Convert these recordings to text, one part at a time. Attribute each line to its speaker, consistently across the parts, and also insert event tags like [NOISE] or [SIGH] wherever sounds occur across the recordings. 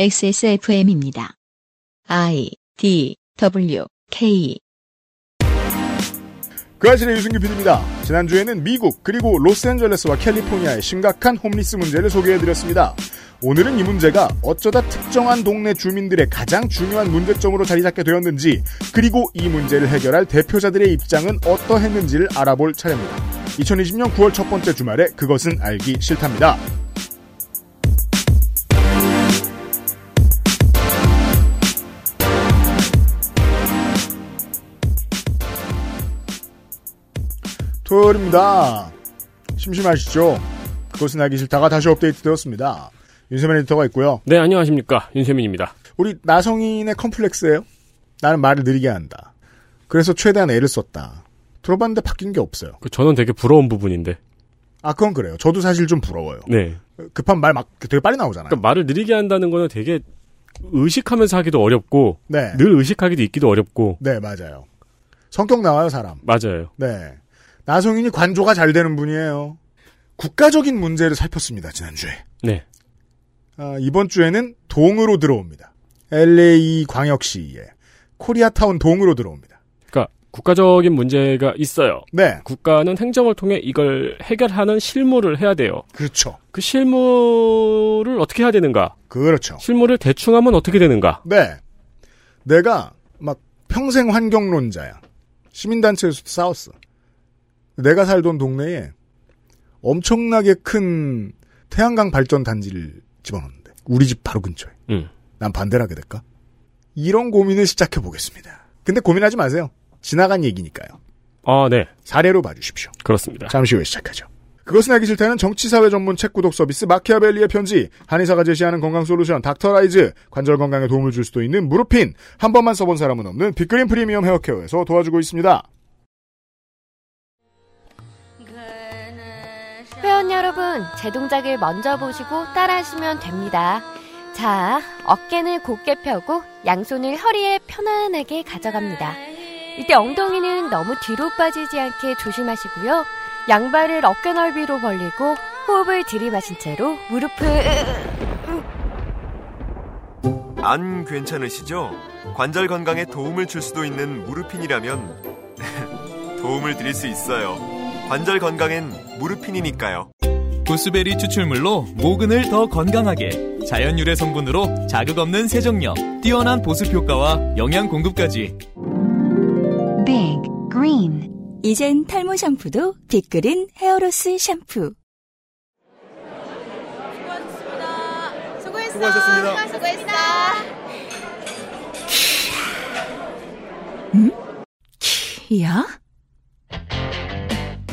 Speaker 1: XSFM입니다. I D W K
Speaker 2: 그 아실의 유승규 PD입니다. 지난주에는 미국 그리고 로스앤젤레스와 캘리포니아의 심각한 홈리스 문제를 소개해드렸습니다. 오늘은 이 문제가 어쩌다 특정한 동네 주민들의 가장 중요한 문제점으로 자리 잡게 되었는지 그리고 이 문제를 해결할 대표자들의 입장은 어떠했는지를 알아볼 차례입니다. 2020년 9월 첫 번째 주말에 그것은 알기 싫답니다. 토요일입니다. 심심하시죠? 그것은 알기 싫다가 다시 업데이트되었습니다. 윤세민 에디터가 있고요.
Speaker 3: 네, 안녕하십니까. 윤세민입니다.
Speaker 2: 우리 나성인의 컴플렉스예요. 나는 말을 느리게 한다. 그래서 최대한 애를 썼다. 들어봤는데 바뀐 게 없어요.
Speaker 3: 그 저는 되게 부러운 부분인데.
Speaker 2: 아 그건 그래요. 저도 사실 좀 부러워요.
Speaker 3: 네.
Speaker 2: 급한 말 막 되게 빨리 나오잖아요.
Speaker 3: 그러니까 말을 느리게 한다는 거는 되게 의식하면서 하기도 어렵고,
Speaker 2: 네,
Speaker 3: 늘 의식하기도 있기도 어렵고,
Speaker 2: 네 맞아요. 성격 나와요 사람.
Speaker 3: 맞아요.
Speaker 2: 네, 나성인이 관조가 잘 되는 분이에요. 국가적인 문제를 살폈습니다 지난주에.
Speaker 3: 네.
Speaker 2: 아, 이번 주에는 동으로 들어옵니다. LA 광역시의 코리아타운 동으로 들어옵니다.
Speaker 3: 그러니까 국가적인 문제가 있어요.
Speaker 2: 네,
Speaker 3: 국가는 행정을 통해 이걸 해결하는 실무를 해야 돼요.
Speaker 2: 그렇죠.
Speaker 3: 그 실무를 어떻게 해야 되는가?
Speaker 2: 그렇죠.
Speaker 3: 실무를 대충 하면 어떻게 되는가?
Speaker 2: 네. 내가 막 평생 환경론자야. 시민단체에서도 싸웠어. 내가 살던 동네에 엄청나게 큰 태양광 발전 단지를 집어넣는데 우리 집 바로 근처에.
Speaker 3: 음.
Speaker 2: 난 반대를 하게 될까? 이런 고민을 시작해 보겠습니다. 근데 고민하지 마세요. 지나간 얘기니까요.
Speaker 3: 아, 네.
Speaker 2: 사례로 봐주십시오.
Speaker 3: 그렇습니다.
Speaker 2: 잠시 후에 시작하죠. 그것은 알기 싫다는 정치사회 전문 책 구독 서비스 마키아벨리의 편지, 한의사가 제시하는 건강 솔루션 닥터라이즈, 관절 건강에 도움을 줄 수도 있는 무릎핀, 한 번만 써본 사람은 없는 빅그린 프리미엄 헤어케어에서 도와주고 있습니다.
Speaker 4: 회원 여러분, 제 동작을 먼저 보시고 따라하시면 됩니다. 자, 어깨는 곧게 펴고 양손을 허리에 편안하게 가져갑니다. 이때 엉덩이는 너무 뒤로 빠지지 않게 조심하시고요. 양발을 어깨 넓이로 벌리고 호흡을 들이마신 채로 무릎을
Speaker 5: 안 괜찮으시죠? 관절 건강에 도움을 줄 수도 있는 무르핀이라면 [LAUGHS] 도움을 드릴 수 있어요. 관절 건강엔 무르핀이니까요.
Speaker 6: 보스베리 추출물로 모근을 더 건강하게 자연 유래 성분으로 자극 없는 세정력 뛰어난 보습 효과와 영양 공급까지
Speaker 7: Big Green 이젠 탈모 샴푸도 빅그린 헤어로스 샴푸
Speaker 5: 수고하셨습니다.
Speaker 7: 키야?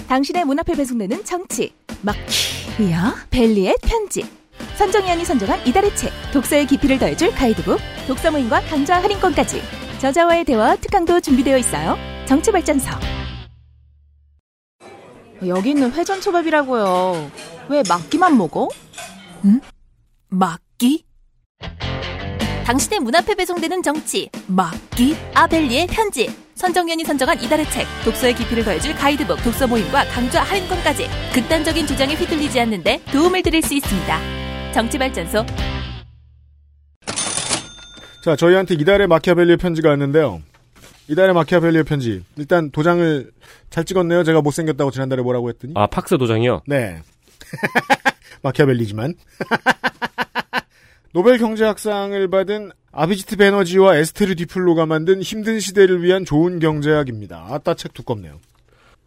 Speaker 7: 당신의 문 앞에 배송되는 정치 막 키야? 벨리의 편지 선정위원이 선정한 이달의 책 독서의 깊이를 더해줄 가이드북 독서 모임과 강좌 할인권까지 저자와의 대화 특강도 준비되어 있어요 정치발전서
Speaker 8: 여기 있는 회전초밥이라고요. 왜 막기만 먹어?
Speaker 7: 막기? 당신의 문 앞에 배송되는 정치 막기? 아벨리의 편지 선정연이 선정한 이달의 책 독서의 깊이를 더해줄 가이드북 독서 모임과 강좌 할인권까지 극단적인 주장에 휘둘리지 않는데 도움을 드릴 수 있습니다 정치발전소
Speaker 2: 자, 저희한테 이달의 마키아벨리의 편지가 왔는데요. 이달의 마키아벨리의 편지. 일단 도장을 잘 찍었네요. 제가 못생겼다고 지난달에 뭐라고 했더니.
Speaker 3: 아, 팍스 도장이요?
Speaker 2: 네. [LAUGHS] 마키아벨리지만. [LAUGHS] 노벨 경제학상을 받은 아비지트 베너지와 에스테르 디플로가 만든 힘든 시대를 위한 좋은 경제학입니다. 아따 책 두껍네요.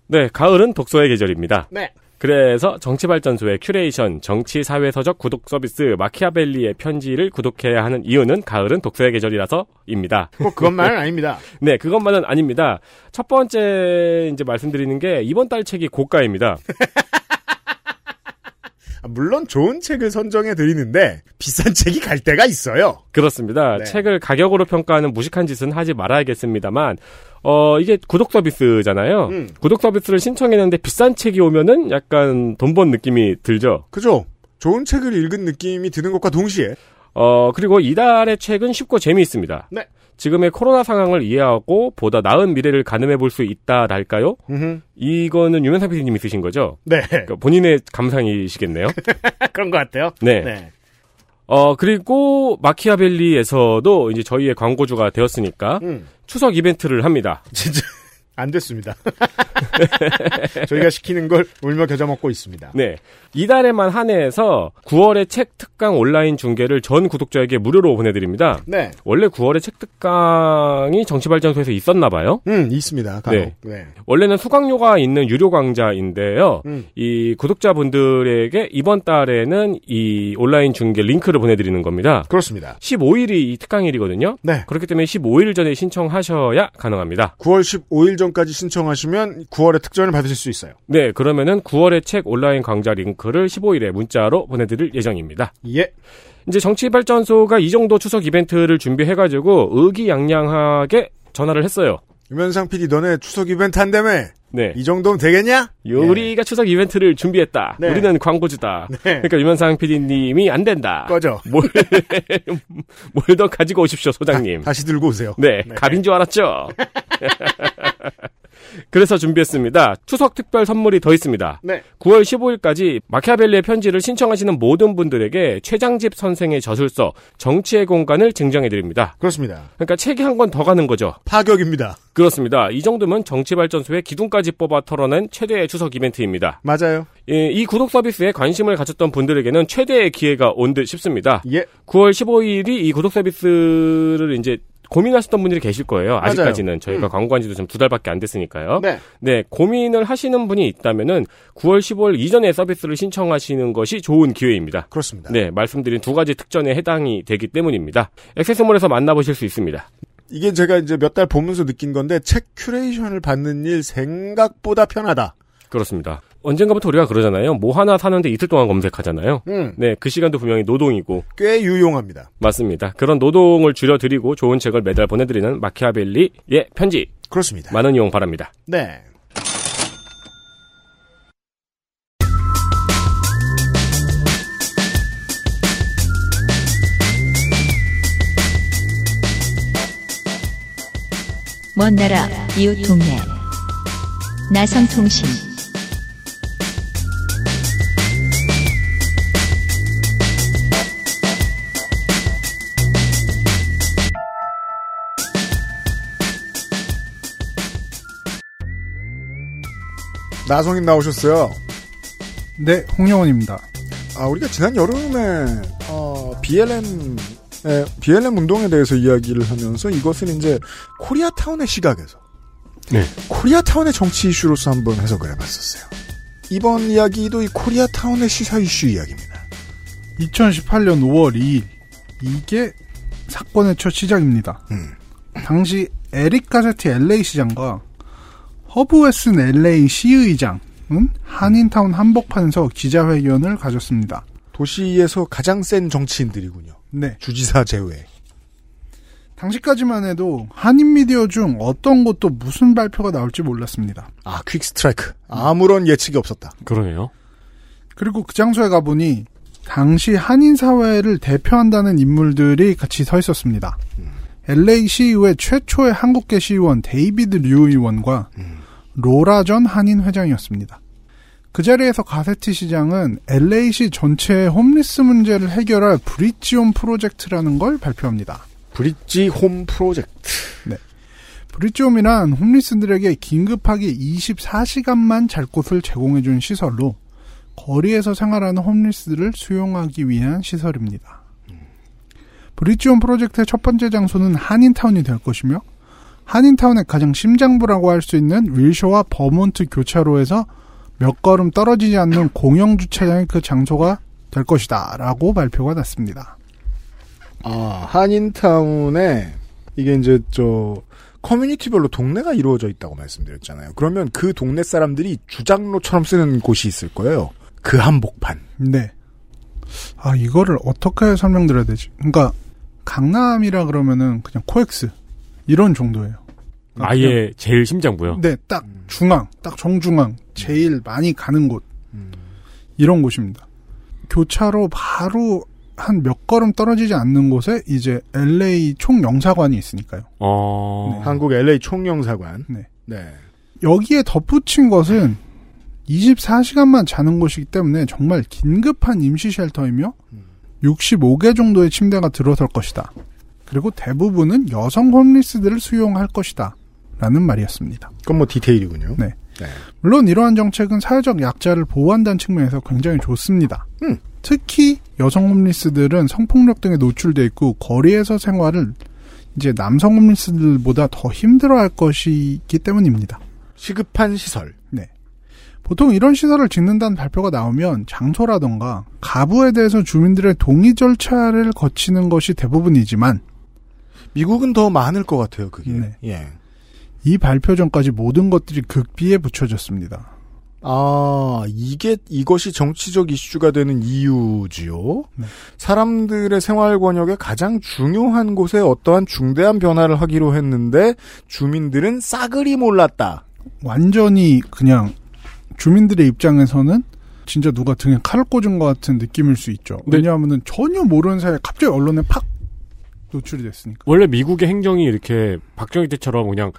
Speaker 3: 네, 가을은 독서의 계절입니다.
Speaker 2: 네.
Speaker 3: 그래서 정치발전소의 큐레이션, 정치사회서적 구독 서비스 마키아벨리의 편지를 구독해야 하는 이유는 가을은 독서의 계절이라서입니다.
Speaker 2: 뭐 그것만은 아닙니다.
Speaker 3: 네, 그것만은 아닙니다. 첫 번째 이제 말씀드리는 게 이번 달
Speaker 2: [LAUGHS]
Speaker 3: 책이 고가입니다.
Speaker 2: 아, 물론 좋은 책을 선정해 드리는데 비싼 책이 갈 때가 있어요.
Speaker 3: 그렇습니다.
Speaker 2: 네.
Speaker 3: 책을 가격으로 평가하는 무식한 짓은 하지 말아야겠습니다만, 어, 이게 구독 서비스잖아요.
Speaker 2: 음.
Speaker 3: 구독 서비스를 신청했는데 비싼 책이 오면은 약간 돈 번 느낌이 들죠.
Speaker 2: 그죠? 좋은 책을 읽은 느낌이 드는 것과 동시에
Speaker 3: 어, 그리고 이달의 책은 쉽고 재미있습니다.
Speaker 2: 네.
Speaker 3: 지금의 코로나 상황을 이해하고 보다 나은 미래를 가늠해 볼 수 있다랄까요?
Speaker 2: 음흠.
Speaker 3: 이거는 유명상 PD님 있으신 거죠?
Speaker 2: 네 [LAUGHS]
Speaker 3: 그러니까 본인의 감상이시겠네요.
Speaker 2: 그런 것 같아요.
Speaker 3: 네. 어, 그리고 마키아벨리에서도 이제 저희의 광고주가 되었으니까
Speaker 2: 음,
Speaker 3: 추석 이벤트를 합니다.
Speaker 2: 진짜 안 됐습니다. [LAUGHS] 저희가 시키는 걸 울며 겨자 먹고 있습니다.
Speaker 3: 네. 이달에만 한해에서 9월의 책 특강 온라인 중계를 전 구독자에게 무료로 보내드립니다.
Speaker 2: 네,
Speaker 3: 원래 9월의 책 특강이 정치발전소에서 있었나 봐요.
Speaker 2: 음 있습니다. 간혹.
Speaker 3: 네.
Speaker 2: 네.
Speaker 3: 원래는 수강료가 있는 유료 강좌인데요.
Speaker 2: 음.
Speaker 3: 이 구독자분들에게 이번 달에는 이 온라인 중계 링크를 보내드리는 겁니다.
Speaker 2: 그렇습니다.
Speaker 3: 15일이 특강일이거든요.
Speaker 2: 네.
Speaker 3: 그렇기 때문에 15일 전에 신청하셔야 가능합니다.
Speaker 2: 9월 15일 전까지 신청하시면 9월에 특전을 받으실 수 있어요.
Speaker 3: 네, 그러면은 9월의 책 온라인 강좌 링크를 15일에 문자로 보내드릴 예정입니다.
Speaker 2: 예.
Speaker 3: 이제 정치발전소가 이 정도 추석 이벤트를 준비해가지고 의기양양하게 전화를 했어요.
Speaker 2: 유면상 PD 너네 추석 이벤트 한다며?
Speaker 3: 네.
Speaker 2: 이 정도면 되겠냐?
Speaker 3: 우리가 추석 이벤트를 준비했다.
Speaker 2: 네.
Speaker 3: 우리는 광고주다.
Speaker 2: 네.
Speaker 3: 그러니까 유면상 PD님이 안 된다.
Speaker 2: 꺼져.
Speaker 3: 뭘, 뭘 더 가지고 오십시오, 소장님.
Speaker 2: 다시 들고 오세요.
Speaker 3: 네, 갑인 줄 알았죠? [LAUGHS] 그래서 준비했습니다. 추석 특별 선물이 더 있습니다.
Speaker 2: 네.
Speaker 3: 9월 15일까지 마키아벨리의 편지를 신청하시는 모든 분들에게 최장집 선생의 저술서 정치의 공간을 증정해드립니다.
Speaker 2: 그렇습니다.
Speaker 3: 그러니까 책이 한 권 더 가는 거죠.
Speaker 2: 파격입니다.
Speaker 3: 그렇습니다. 이 정도면 정치발전소의 기둥까지 뽑아 털어낸 최대의 추석 이벤트입니다.
Speaker 2: 맞아요.
Speaker 3: 예, 이 구독 서비스에 관심을 가졌던 분들에게는 최대의 기회가 온 듯 싶습니다.
Speaker 2: 예.
Speaker 3: 9월 15일이 이 구독 서비스를 이제 고민하셨던 분들이 계실 거예요. 아직까지는 저희가 광고한 지도 좀 두 달밖에 안 됐으니까요.
Speaker 2: 네.
Speaker 3: 네, 고민을 하시는 분이 있다면은 9월 15일 이전에 서비스를 신청하시는 것이 좋은 기회입니다.
Speaker 2: 그렇습니다.
Speaker 3: 네, 말씀드린 두 가지 특전에 해당이 되기 때문입니다. 액세스몰에서 만나보실 수 있습니다.
Speaker 2: 이게 제가 이제 몇 달 보면서 느낀 건데 책 큐레이션을 받는 일 생각보다 편하다.
Speaker 3: 그렇습니다. 언젠가부터 우리가 그러잖아요. 뭐 하나 사는데 이틀 동안 검색하잖아요.
Speaker 2: 음.
Speaker 3: 네, 그 시간도 분명히 노동이고
Speaker 2: 꽤 유용합니다.
Speaker 3: 맞습니다. 그런 노동을 줄여드리고 좋은 책을 매달 보내드리는 마키아벨리의 편지
Speaker 2: 그렇습니다.
Speaker 3: 많은 이용 바랍니다.
Speaker 2: 네.
Speaker 1: 먼 나라 이웃 동네 나성통신
Speaker 2: 나성인 나오셨어요.
Speaker 9: 네, 홍영원입니다.
Speaker 2: 아, 우리가 지난 여름에 어, BLM 에, BLM 운동에 대해서 이야기를 하면서 이것은 이제 코리아타운의 시각에서
Speaker 3: 네.
Speaker 2: 코리아타운의 정치 이슈로서 한번 해석을 해봤었어요. 이번 이야기도 이 코리아타운의 시사 이슈 이야기입니다.
Speaker 9: 2018년 5월 2일 이게 사건의 첫 시작입니다.
Speaker 2: 음.
Speaker 9: 당시 에릭 가세트 LA 시장과 허브 웨슨 LA 시의장은 한인타운 한복판에서 기자회견을 가졌습니다.
Speaker 2: 도시에서 가장 센 정치인들이군요.
Speaker 9: 네,
Speaker 2: 주지사 제외.
Speaker 9: 당시까지만 해도 한인 미디어 중 어떤 곳도 무슨 발표가 나올지 몰랐습니다.
Speaker 2: 아, 퀵 스트라이크. 아무런 예측이 없었다.
Speaker 3: 그러네요.
Speaker 9: 그리고 그 장소에 가보니 당시 한인 사회를 대표한다는 인물들이 같이 서 있었습니다. LA 시의회 최초의 한국계 시의원 데이비드 류 의원과 로라 전 한인 회장이었습니다. 그 자리에서 가세티 시장은 LA시 전체의 홈리스 문제를 해결할 브릿지온 프로젝트라는 걸 발표합니다.
Speaker 2: 브릿지 홈 프로젝트.
Speaker 9: 브릿지홈이란 홈리스들에게 긴급하게 24시간만 잘 곳을 제공해준 시설로 거리에서 생활하는 홈리스들을 수용하기 위한 시설입니다. 브릿지홈 프로젝트의 첫 번째 장소는 한인타운이 될 것이며 한인타운의 가장 심장부라고 할 수 있는 윌쇼와 버몬트 교차로에서 몇 걸음 떨어지지 않는 공영주차장의 그 장소가 될 것이다 라고 발표가 났습니다.
Speaker 2: 아, 한인타운에 이게 이제 저 커뮤니티별로 동네가 이루어져 있다고 말씀드렸잖아요. 그러면 그 동네 사람들이 주장로처럼 쓰는 곳이 있을 거예요. 그 한복판.
Speaker 9: 네. 아, 이거를 어떻게 설명드려야 되지? 그러니까, 강남이라 그러면은 그냥 코엑스. 이런 정도예요. 그러니까 그냥-
Speaker 3: 아예 제일 심장부요.
Speaker 9: 네, 딱 중앙, 딱 정중앙. 제일 많이 가는 곳.
Speaker 2: 음.
Speaker 9: 이런 곳입니다. 교차로 바로 한 몇 걸음 떨어지지 않는 곳에 이제 LA 총영사관이 있으니까요.
Speaker 3: 어.
Speaker 2: 한국 LA 총영사관.
Speaker 9: 네.
Speaker 2: 네.
Speaker 9: 여기에 덧붙인 것은 24시간만 자는 곳이기 때문에 정말 긴급한 임시 쉘터이며 65개 정도의 침대가 들어설 것이다. 그리고 대부분은 여성 홈리스들을 수용할 것이다. 라는 말이었습니다.
Speaker 2: 그건 뭐 디테일이군요.
Speaker 9: 네. 물론 이러한 정책은 사회적 약자를 보호한다는 측면에서 굉장히 좋습니다.
Speaker 2: 음.
Speaker 9: 특히 여성 홈리스들은 성폭력 등에 노출돼 있고 거리에서 생활을 이제 남성 홈리스들보다 더 힘들어할 것이기 때문입니다.
Speaker 2: 시급한 시설.
Speaker 9: 네. 보통 이런 시설을 짓는다는 발표가 나오면 장소라던가 가부에 대해서 주민들의 동의 절차를 거치는 것이 대부분이지만
Speaker 2: 미국은 더 많을 것 같아요, 그게.
Speaker 9: 네.
Speaker 2: 예.
Speaker 9: 이 발표 전까지 모든 것들이 극비에 붙여졌습니다.
Speaker 2: 아, 이게, 이것이 정치적 이슈가 되는 이유지요.
Speaker 9: 네.
Speaker 2: 사람들의 생활 권역의 가장 중요한 곳에 어떠한 중대한 변화를 하기로 했는데, 주민들은 싸그리 몰랐다.
Speaker 9: 완전히 그냥 주민들의 입장에서는 진짜 누가 등에 칼을 꽂은 것 같은 느낌일 수 있죠.
Speaker 3: 네.
Speaker 9: 왜냐하면 전혀 모르는 사이에 갑자기 언론에 팍 노출이 됐으니까.
Speaker 3: 원래 미국의 행정이 이렇게 박정희 때처럼 그냥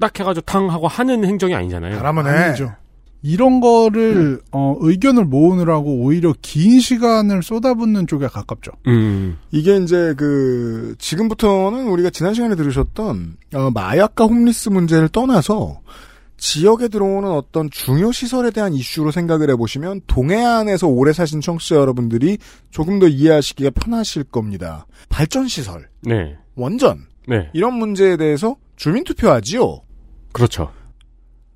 Speaker 3: 딱 해가지고 탕 하고 하는 행정이 아니잖아요.
Speaker 2: 바람은
Speaker 9: 네. 아니죠. 이런 거를 어, 의견을 모으느라고 오히려 긴 시간을 쏟아붓는 쪽에 가깝죠.
Speaker 3: 음.
Speaker 2: 이게 이제 그, 지금부터는 우리가 지난 시간에 들으셨던, 어, 마약과 홈리스 문제를 떠나서, 지역에 들어오는 어떤 중요 시설에 대한 이슈로 생각을 해보시면 동해안에서 오래 사신 청취자 여러분들이 조금 더 이해하시기가 편하실 겁니다. 발전 시설,
Speaker 3: 네.
Speaker 2: 원전
Speaker 3: 네.
Speaker 2: 이런 문제에 대해서 주민 투표하지요.
Speaker 3: 그렇죠.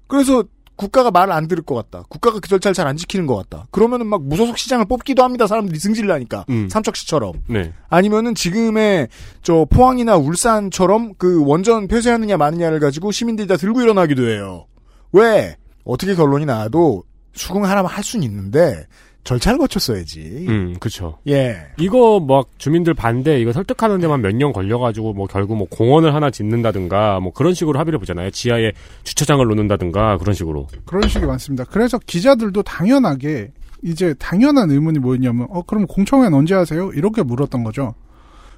Speaker 2: 그래서 국가가 말을 안 들을 것 같다. 국가가 그 절차를 잘 안 지키는 것 같다. 그러면은 막 무소속 시장을 뽑기도 합니다. 사람들이 승질나니까
Speaker 3: 음.
Speaker 2: 삼척시처럼
Speaker 3: 네.
Speaker 2: 아니면은 지금의 저 포항이나 울산처럼 그 원전 폐쇄하느냐 마느냐를 가지고 시민들이 다 들고 일어나기도 해요. 왜 어떻게 결론이 나와도 수긍하라면 할 순 있는데 절차를 거쳤어야지.
Speaker 3: 음, 그렇죠.
Speaker 2: 예.
Speaker 3: 이거 막 주민들 반대 이거 설득하는 데만 몇 년 걸려가지고 뭐 결국 뭐 공원을 하나 짓는다든가 뭐 그런 식으로 합의를 보잖아요. 지하에 주차장을 놓는다든가 그런 식으로.
Speaker 9: 그런 식이 많습니다. 그래서 기자들도 당연하게 이제 당연한 의문이 뭐였냐면 어 그럼 공청회는 언제 하세요? 이렇게 물었던 거죠.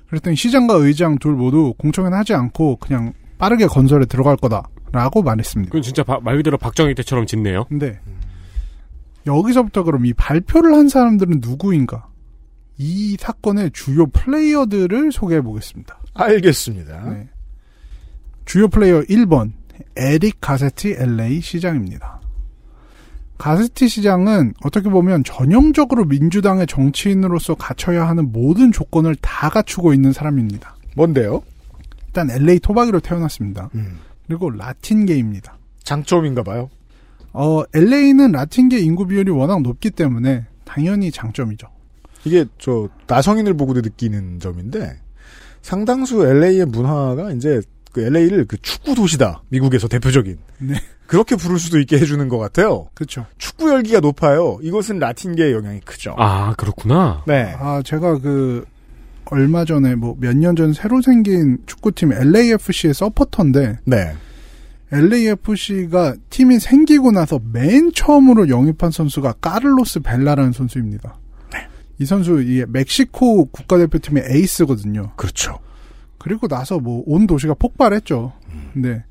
Speaker 9: 그랬더니 시장과 의장 둘 모두 공청회는 하지 않고 그냥 빠르게 건설에 들어갈 거다라고 말했습니다.
Speaker 3: 그건 진짜 바- 말 그대로 박정희 때처럼 짓네요.
Speaker 9: 근데 여기서부터 그럼 이 발표를 한 사람들은 누구인가? 이 사건의 주요 플레이어들을 소개해 보겠습니다.
Speaker 2: 알겠습니다.
Speaker 9: 네. 주요 플레이어 1번 에릭 가세티 LA 시장입니다. 가세티 시장은 어떻게 보면 전형적으로 민주당의 정치인으로서 갖춰야 하는 모든 조건을 다 갖추고 있는 사람입니다.
Speaker 2: 뭔데요?
Speaker 9: 일단 LA 토박이로 태어났습니다.
Speaker 2: 음.
Speaker 9: 그리고 라틴계입니다.
Speaker 2: 장점인가 봐요.
Speaker 9: 어, LA는 라틴계 인구 비율이 워낙 높기 때문에 당연히 장점이죠.
Speaker 2: 이게 저 나성인을 보고도 느끼는 점인데 상당수 LA의 문화가 이제 그 LA를 그 축구 도시다 미국에서 대표적인
Speaker 9: 네.
Speaker 2: 그렇게 부를 수도 있게 해주는 것 같아요.
Speaker 9: 그렇죠.
Speaker 2: 축구 열기가 높아요. 이것은 라틴계의 영향이 크죠.
Speaker 3: 아 그렇구나.
Speaker 2: 네.
Speaker 9: 아, 제가 그, 얼마 전에, 뭐, 몇 년 전 새로 생긴 축구팀 LAFC의 서포터인데,
Speaker 2: 네.
Speaker 9: LAFC가 팀이 생기고 나서 맨 처음으로 영입한 선수가 까를로스 벨라라는 선수입니다.
Speaker 2: 네.
Speaker 9: 이 선수, 이 멕시코 국가대표팀의 에이스거든요.
Speaker 2: 그렇죠.
Speaker 9: 그리고 나서 뭐 온 도시가 폭발했죠.
Speaker 2: 음.
Speaker 9: 네.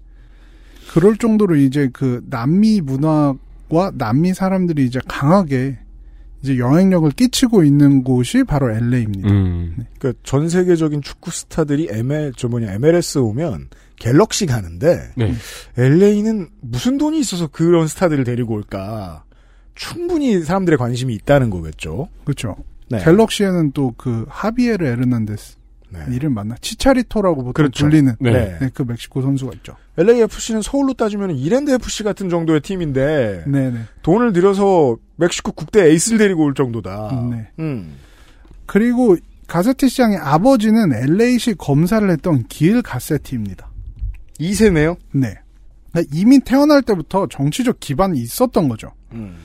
Speaker 9: 그럴 정도로 이제 그 남미 문화와 남미 사람들이 이제 강하게 이제 영향력을 끼치고 있는 곳이 바로 LA입니다.
Speaker 3: 음.
Speaker 2: 그러니까 전 세계적인 축구 스타들이 ML 저 뭐냐 MLS 오면 갤럭시 가는데
Speaker 3: 네.
Speaker 2: LA는 무슨 돈이 있어서 그런 스타들을 데리고 올까? 충분히 사람들의 관심이 있다는 거겠죠.
Speaker 9: 그렇죠.
Speaker 2: 네.
Speaker 9: 갤럭시에는 예. 또 그 하비에르 에르난데스
Speaker 2: 네.
Speaker 9: 이름 맞나? 치차리토라고 보통
Speaker 2: 그렇죠.
Speaker 9: 불리는
Speaker 3: 네.
Speaker 2: 네.
Speaker 9: 네, 그 멕시코 선수가 있죠.
Speaker 2: LAFC는 서울로 따지면 이랜드 FC 같은 정도의 팀인데
Speaker 9: 네, 네.
Speaker 2: 돈을 들여서 멕시코 국대 에이스를 데리고 올 정도다.
Speaker 9: 네.
Speaker 2: 음.
Speaker 9: 그리고 가세티 시장의 아버지는 LA시 검사를 했던 길 가세티입니다.
Speaker 2: 2세네요.
Speaker 9: 네. 그러니까 이미 태어날 때부터 정치적 기반이 있었던 거죠.
Speaker 2: 음,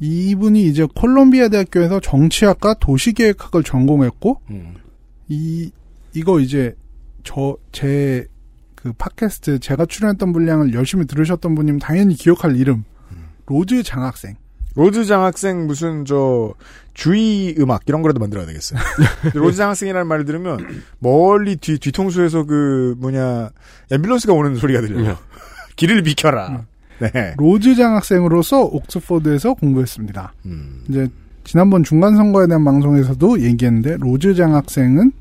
Speaker 9: 이분이 이제 콜롬비아 대학교에서 정치학과 도시계획학을 전공했고
Speaker 2: 음.
Speaker 9: 이 이거 이제 저 제 그 팟캐스트 제가 출연했던 분량을 열심히 들으셨던 분이면 당연히 기억할 이름
Speaker 2: 음.
Speaker 9: 로즈 장학생.
Speaker 2: 로즈 장학생 무슨 저 주의 음악 이런 거라도 만들어야 되겠어요. 근데 로즈 장학생이라는 말을 들으면 멀리 뒤 뒤통수에서 그 뭐냐 앰뷸런스가 오는 소리가 들려요. [LAUGHS] 길을 비켜라. 네.
Speaker 9: 로즈 장학생으로서 옥스퍼드에서 공부했습니다.
Speaker 2: 음.
Speaker 9: 이제 지난번 중간선거에 대한 방송에서도 얘기했는데 로즈 장학생은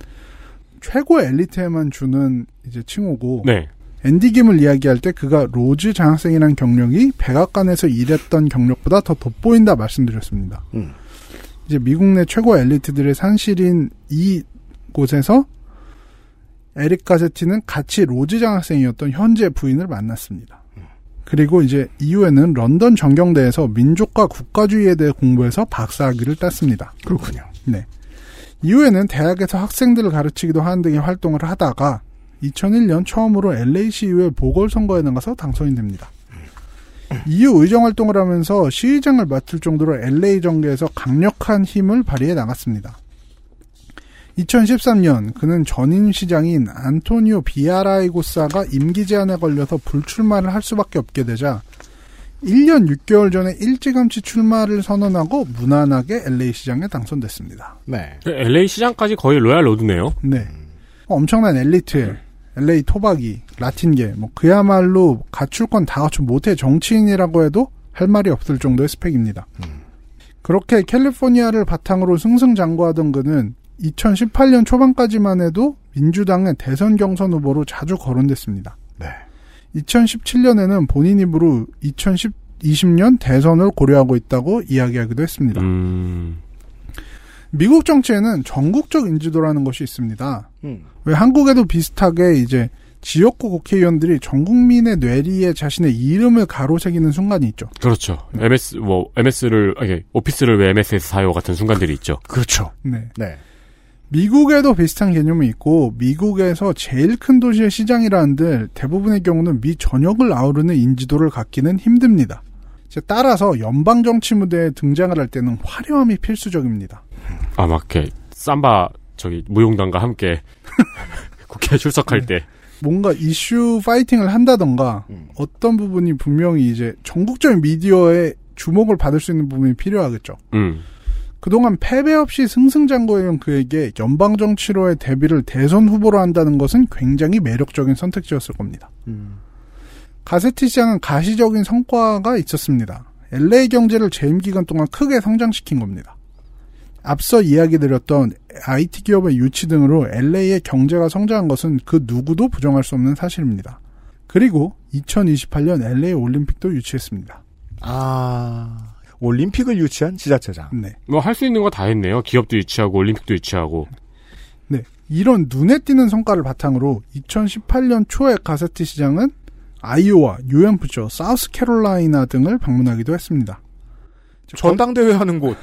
Speaker 9: 최고 엘리트에만 주는 이제 칭호고
Speaker 3: 네.
Speaker 9: 앤디김을 이야기할 때 그가 로즈 장학생이란 경력이 백악관에서 일했던 경력보다 더 돋보인다 말씀드렸습니다.
Speaker 2: 음.
Speaker 9: 이제 미국 내 최고 엘리트들의 산실인 이 곳에서 에릭 가세티는 같이 로즈 장학생이었던 현재 부인을 만났습니다. 그리고 이제 이후에는 런던 전경대에서 민족과 국가주의에 대해 공부해서 박사학위를 땄습니다.
Speaker 2: 그렇군요.
Speaker 9: 네. 이후에는 대학에서 학생들을 가르치기도 하는 등의 활동을 하다가 2001년 처음으로 LA 시의회 보궐선거에 나가서 당선이 됩니다. 이후 의정 활동을 하면서 시의장을 맡을 정도로 LA 정계에서 강력한 힘을 발휘해 나갔습니다. 2013년 그는 전임 시장인 안토니오 비아라이고사가 임기 제한에 걸려서 불출마를 할 수밖에 없게 되자 1년 6개월 전에 일찌감치 출마를 선언하고 무난하게 LA 시장에 당선됐습니다.
Speaker 2: 네.
Speaker 3: LA 시장까지 거의 로얄 로드네요.
Speaker 9: 네. 어, 엄청난 엘리트, LA 토박이, 라틴계, 뭐 그야말로 갖출 건 다 갖춘 모태 정치인이라고 해도 할 말이 없을 정도의 스펙입니다. 그렇게 캘리포니아를 바탕으로 승승장구하던 그는 2018년 초반까지만 해도 민주당의 대선 경선 후보로 자주 거론됐습니다.
Speaker 2: 네.
Speaker 9: 2017년에는 본인 입으로 2020년 대선을 고려하고 있다고 이야기하기도 했습니다.
Speaker 3: 음.
Speaker 9: 미국 정치에는 전국적 인지도라는 것이 있습니다.
Speaker 2: 음.
Speaker 9: 왜 한국에도 비슷하게 이제 지역구 국회의원들이 전 국민의 뇌리에 자신의 이름을 가로새기는 순간이 있죠.
Speaker 3: 그렇죠. MS 뭐 MS를 아니 오피스를 왜 MS에서 사요 같은 순간들이 있죠.
Speaker 2: 그렇죠.
Speaker 9: 네.
Speaker 2: 네.
Speaker 9: 미국에도 비슷한 개념이 있고 미국에서 제일 큰 도시의 시장이라는데 대부분의 경우는 미 전역을 아우르는 인지도를 갖기는 힘듭니다. 이제 따라서 연방 정치 무대에 등장을 할 때는 화려함이 필수적입니다.
Speaker 3: 아마 이렇게 삼바 저기 무용단과
Speaker 9: [LAUGHS]
Speaker 3: 함께 국회에
Speaker 9: 네.
Speaker 3: 출석할 때
Speaker 9: 뭔가 이슈 파이팅을 한다던가 어떤 부분이 분명히 이제 전국적인 미디어에 주목을 받을 수 있는 부분이 필요하겠죠.
Speaker 3: 음.
Speaker 9: 그동안 패배 없이 승승장구해온 그에게 연방 정치로의 데뷔를 대선 후보로 한다는 것은 굉장히 매력적인 선택지였을 겁니다. 가세티 시장은 가시적인 성과가 있었습니다. LA 경제를 재임 기간 동안 크게 성장시킨 겁니다. 앞서 이야기 드렸던 IT 기업의 유치 등으로 LA의 경제가 성장한 것은 그 누구도 부정할 수 없는 사실입니다. 그리고 2028년 LA 올림픽도 유치했습니다.
Speaker 2: 아, 올림픽을 유치한 지자체장.
Speaker 9: 네.
Speaker 3: 뭐 할 수 있는 거 다 했네요. 기업도 유치하고 올림픽도 유치하고.
Speaker 9: 네. 이런 눈에 띄는 성과를 바탕으로 2018년 초에 가세티 시장은 아이오와 유엠프쇼, 사우스캐롤라이나 등을 방문하기도 했습니다.
Speaker 2: 전당대회 하는 곳.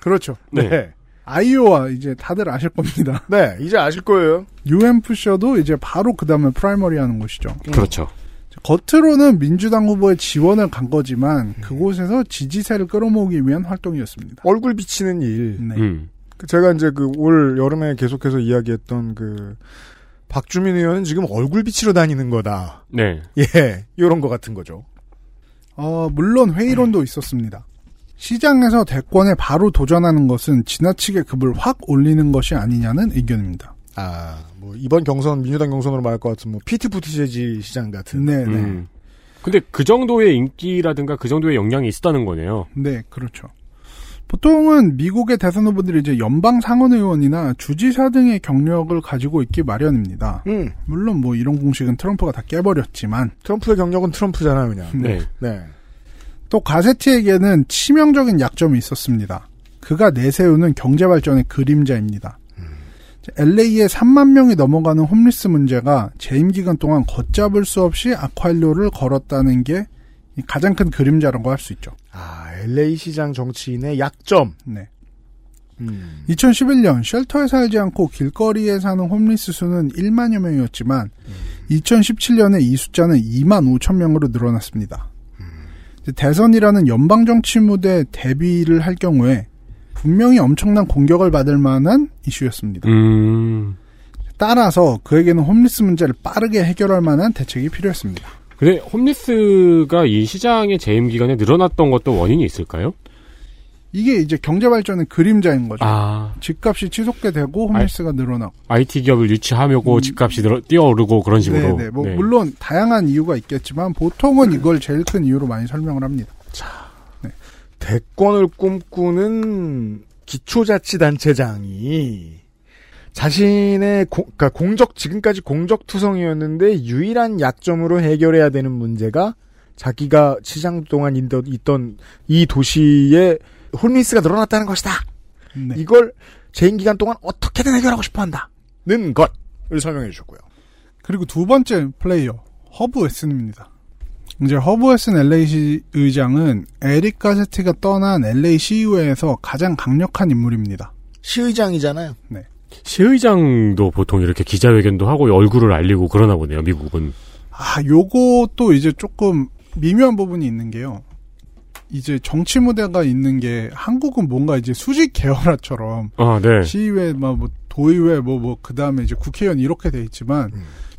Speaker 9: 그렇죠.
Speaker 3: 네.
Speaker 2: 네.
Speaker 9: 아이오와 이제 다들 아실 겁니다. [LAUGHS]
Speaker 2: 네, 이제 아실 거예요.
Speaker 9: 유엠프쇼도 이제 바로 그 다음에 프라이머리 하는 곳이죠.
Speaker 3: 그렇죠.
Speaker 9: 겉으로는 민주당 후보의 지원을 간 거지만 그곳에서 지지세를 끌어모으기 위한 활동이었습니다.
Speaker 2: 얼굴 비치는 일.
Speaker 9: 네.
Speaker 3: 음.
Speaker 2: 그 제가 이제 그 올 여름에 계속해서 이야기했던 그 박주민 의원은 지금 얼굴 비치러 다니는 거다.
Speaker 3: 네.
Speaker 2: 예, 요런 거 같은 거죠.
Speaker 9: 어, 물론 회의론도 있었습니다. 시장에서 대권에 바로 도전하는 것은 지나치게 급을 확 올리는 것이 아니냐는 의견입니다.
Speaker 2: 아, 뭐 이번 경선 민주당 경선으로 말할 것 같은 뭐 피트 부티제지 시장 같은.
Speaker 9: 네, 네.
Speaker 3: 음. 근데 그 정도의 인기라든가 그 정도의 영향이 있었다는 거네요.
Speaker 9: 네, 그렇죠. 보통은 미국의 대선 후보들이 이제 연방 상원 의원이나 주지사 등의 경력을 가지고 있기 마련입니다.
Speaker 2: 음,
Speaker 9: 물론 뭐 이런 공식은 트럼프가 다 깨버렸지만
Speaker 2: 트럼프의 경력은 트럼프잖아 그냥.
Speaker 3: 네.
Speaker 2: 네.
Speaker 9: 또 가세티에게는 치명적인 약점이 있었습니다. 그가 내세우는 경제 발전의 그림자입니다. LA에 3만 명이 넘어가는 홈리스 문제가 재임 기간 동안 걷잡을 수 없이 악화일로를 걸었다는 게이 가장 큰 그림자라고 할 수 있죠.
Speaker 2: 아, LA 시장 정치인의 약점.
Speaker 9: 네.
Speaker 2: 음.
Speaker 9: 2011년 쉘터에 살지 않고 길거리에 사는 홈리스 수는 1만여 명이었지만 2017년에 이 숫자는 2만 5천 명으로 늘어났습니다. 이제 대선이라는 연방 정치 무대에 데뷔를 할 경우에 분명히 엄청난 공격을 받을 만한 이슈였습니다.
Speaker 3: 음.
Speaker 9: 따라서 그에게는 홈리스 문제를 빠르게 해결할 만한 대책이 필요했습니다.
Speaker 3: 근데 홈리스가 이 시장의 재임 기간에 늘어났던 것도 원인이 있을까요?
Speaker 9: 이게 이제 경제 발전의 그림자인 거죠.
Speaker 3: 아,
Speaker 9: 집값이 치솟게 되고 홈리스가 늘어나고.
Speaker 3: IT 기업을 유치하려고 집값이 늘어, 뛰어오르고 그런 식으로. 음.
Speaker 9: 네, 네. 뭐 물론 다양한 이유가 있겠지만 보통은 이걸 제일 큰 이유로 많이 설명을 합니다.
Speaker 2: 대권을 꿈꾸는 기초자치단체장이 자신의 공, 그러니까 공적 지금까지 공적투성이었는데 유일한 약점으로 해결해야 되는 문제가 자기가 시장 동안 인던, 있던 이 도시의 홀리스가 늘어났다는 것이다.
Speaker 9: 네.
Speaker 2: 이걸 재임 기간 동안 어떻게든 해결하고 싶어한다는 것을 설명해 주셨고요.
Speaker 9: 그리고 두 번째 플레이어 허브 웨슨입니다. 이제 허브 웨슨 LA 의장은 에릭 가세티가 떠난 LA 시의회에서 가장 강력한 인물입니다.
Speaker 2: 시의장이잖아요.
Speaker 3: 시의장도 보통 이렇게 기자회견도 하고 얼굴을 알리고 그러나 보네요, 미국은.
Speaker 9: 아, 요것도 이제 조금 미묘한 부분이 있는 게요. 이제 정치 무대가 있는 게 한국은 뭔가 이제 수직 계열화처럼
Speaker 3: 아, 네.
Speaker 9: 시의회, 막 뭐, 도의회, 뭐, 뭐, 그 다음에 이제 국회의원 이렇게 돼 있지만,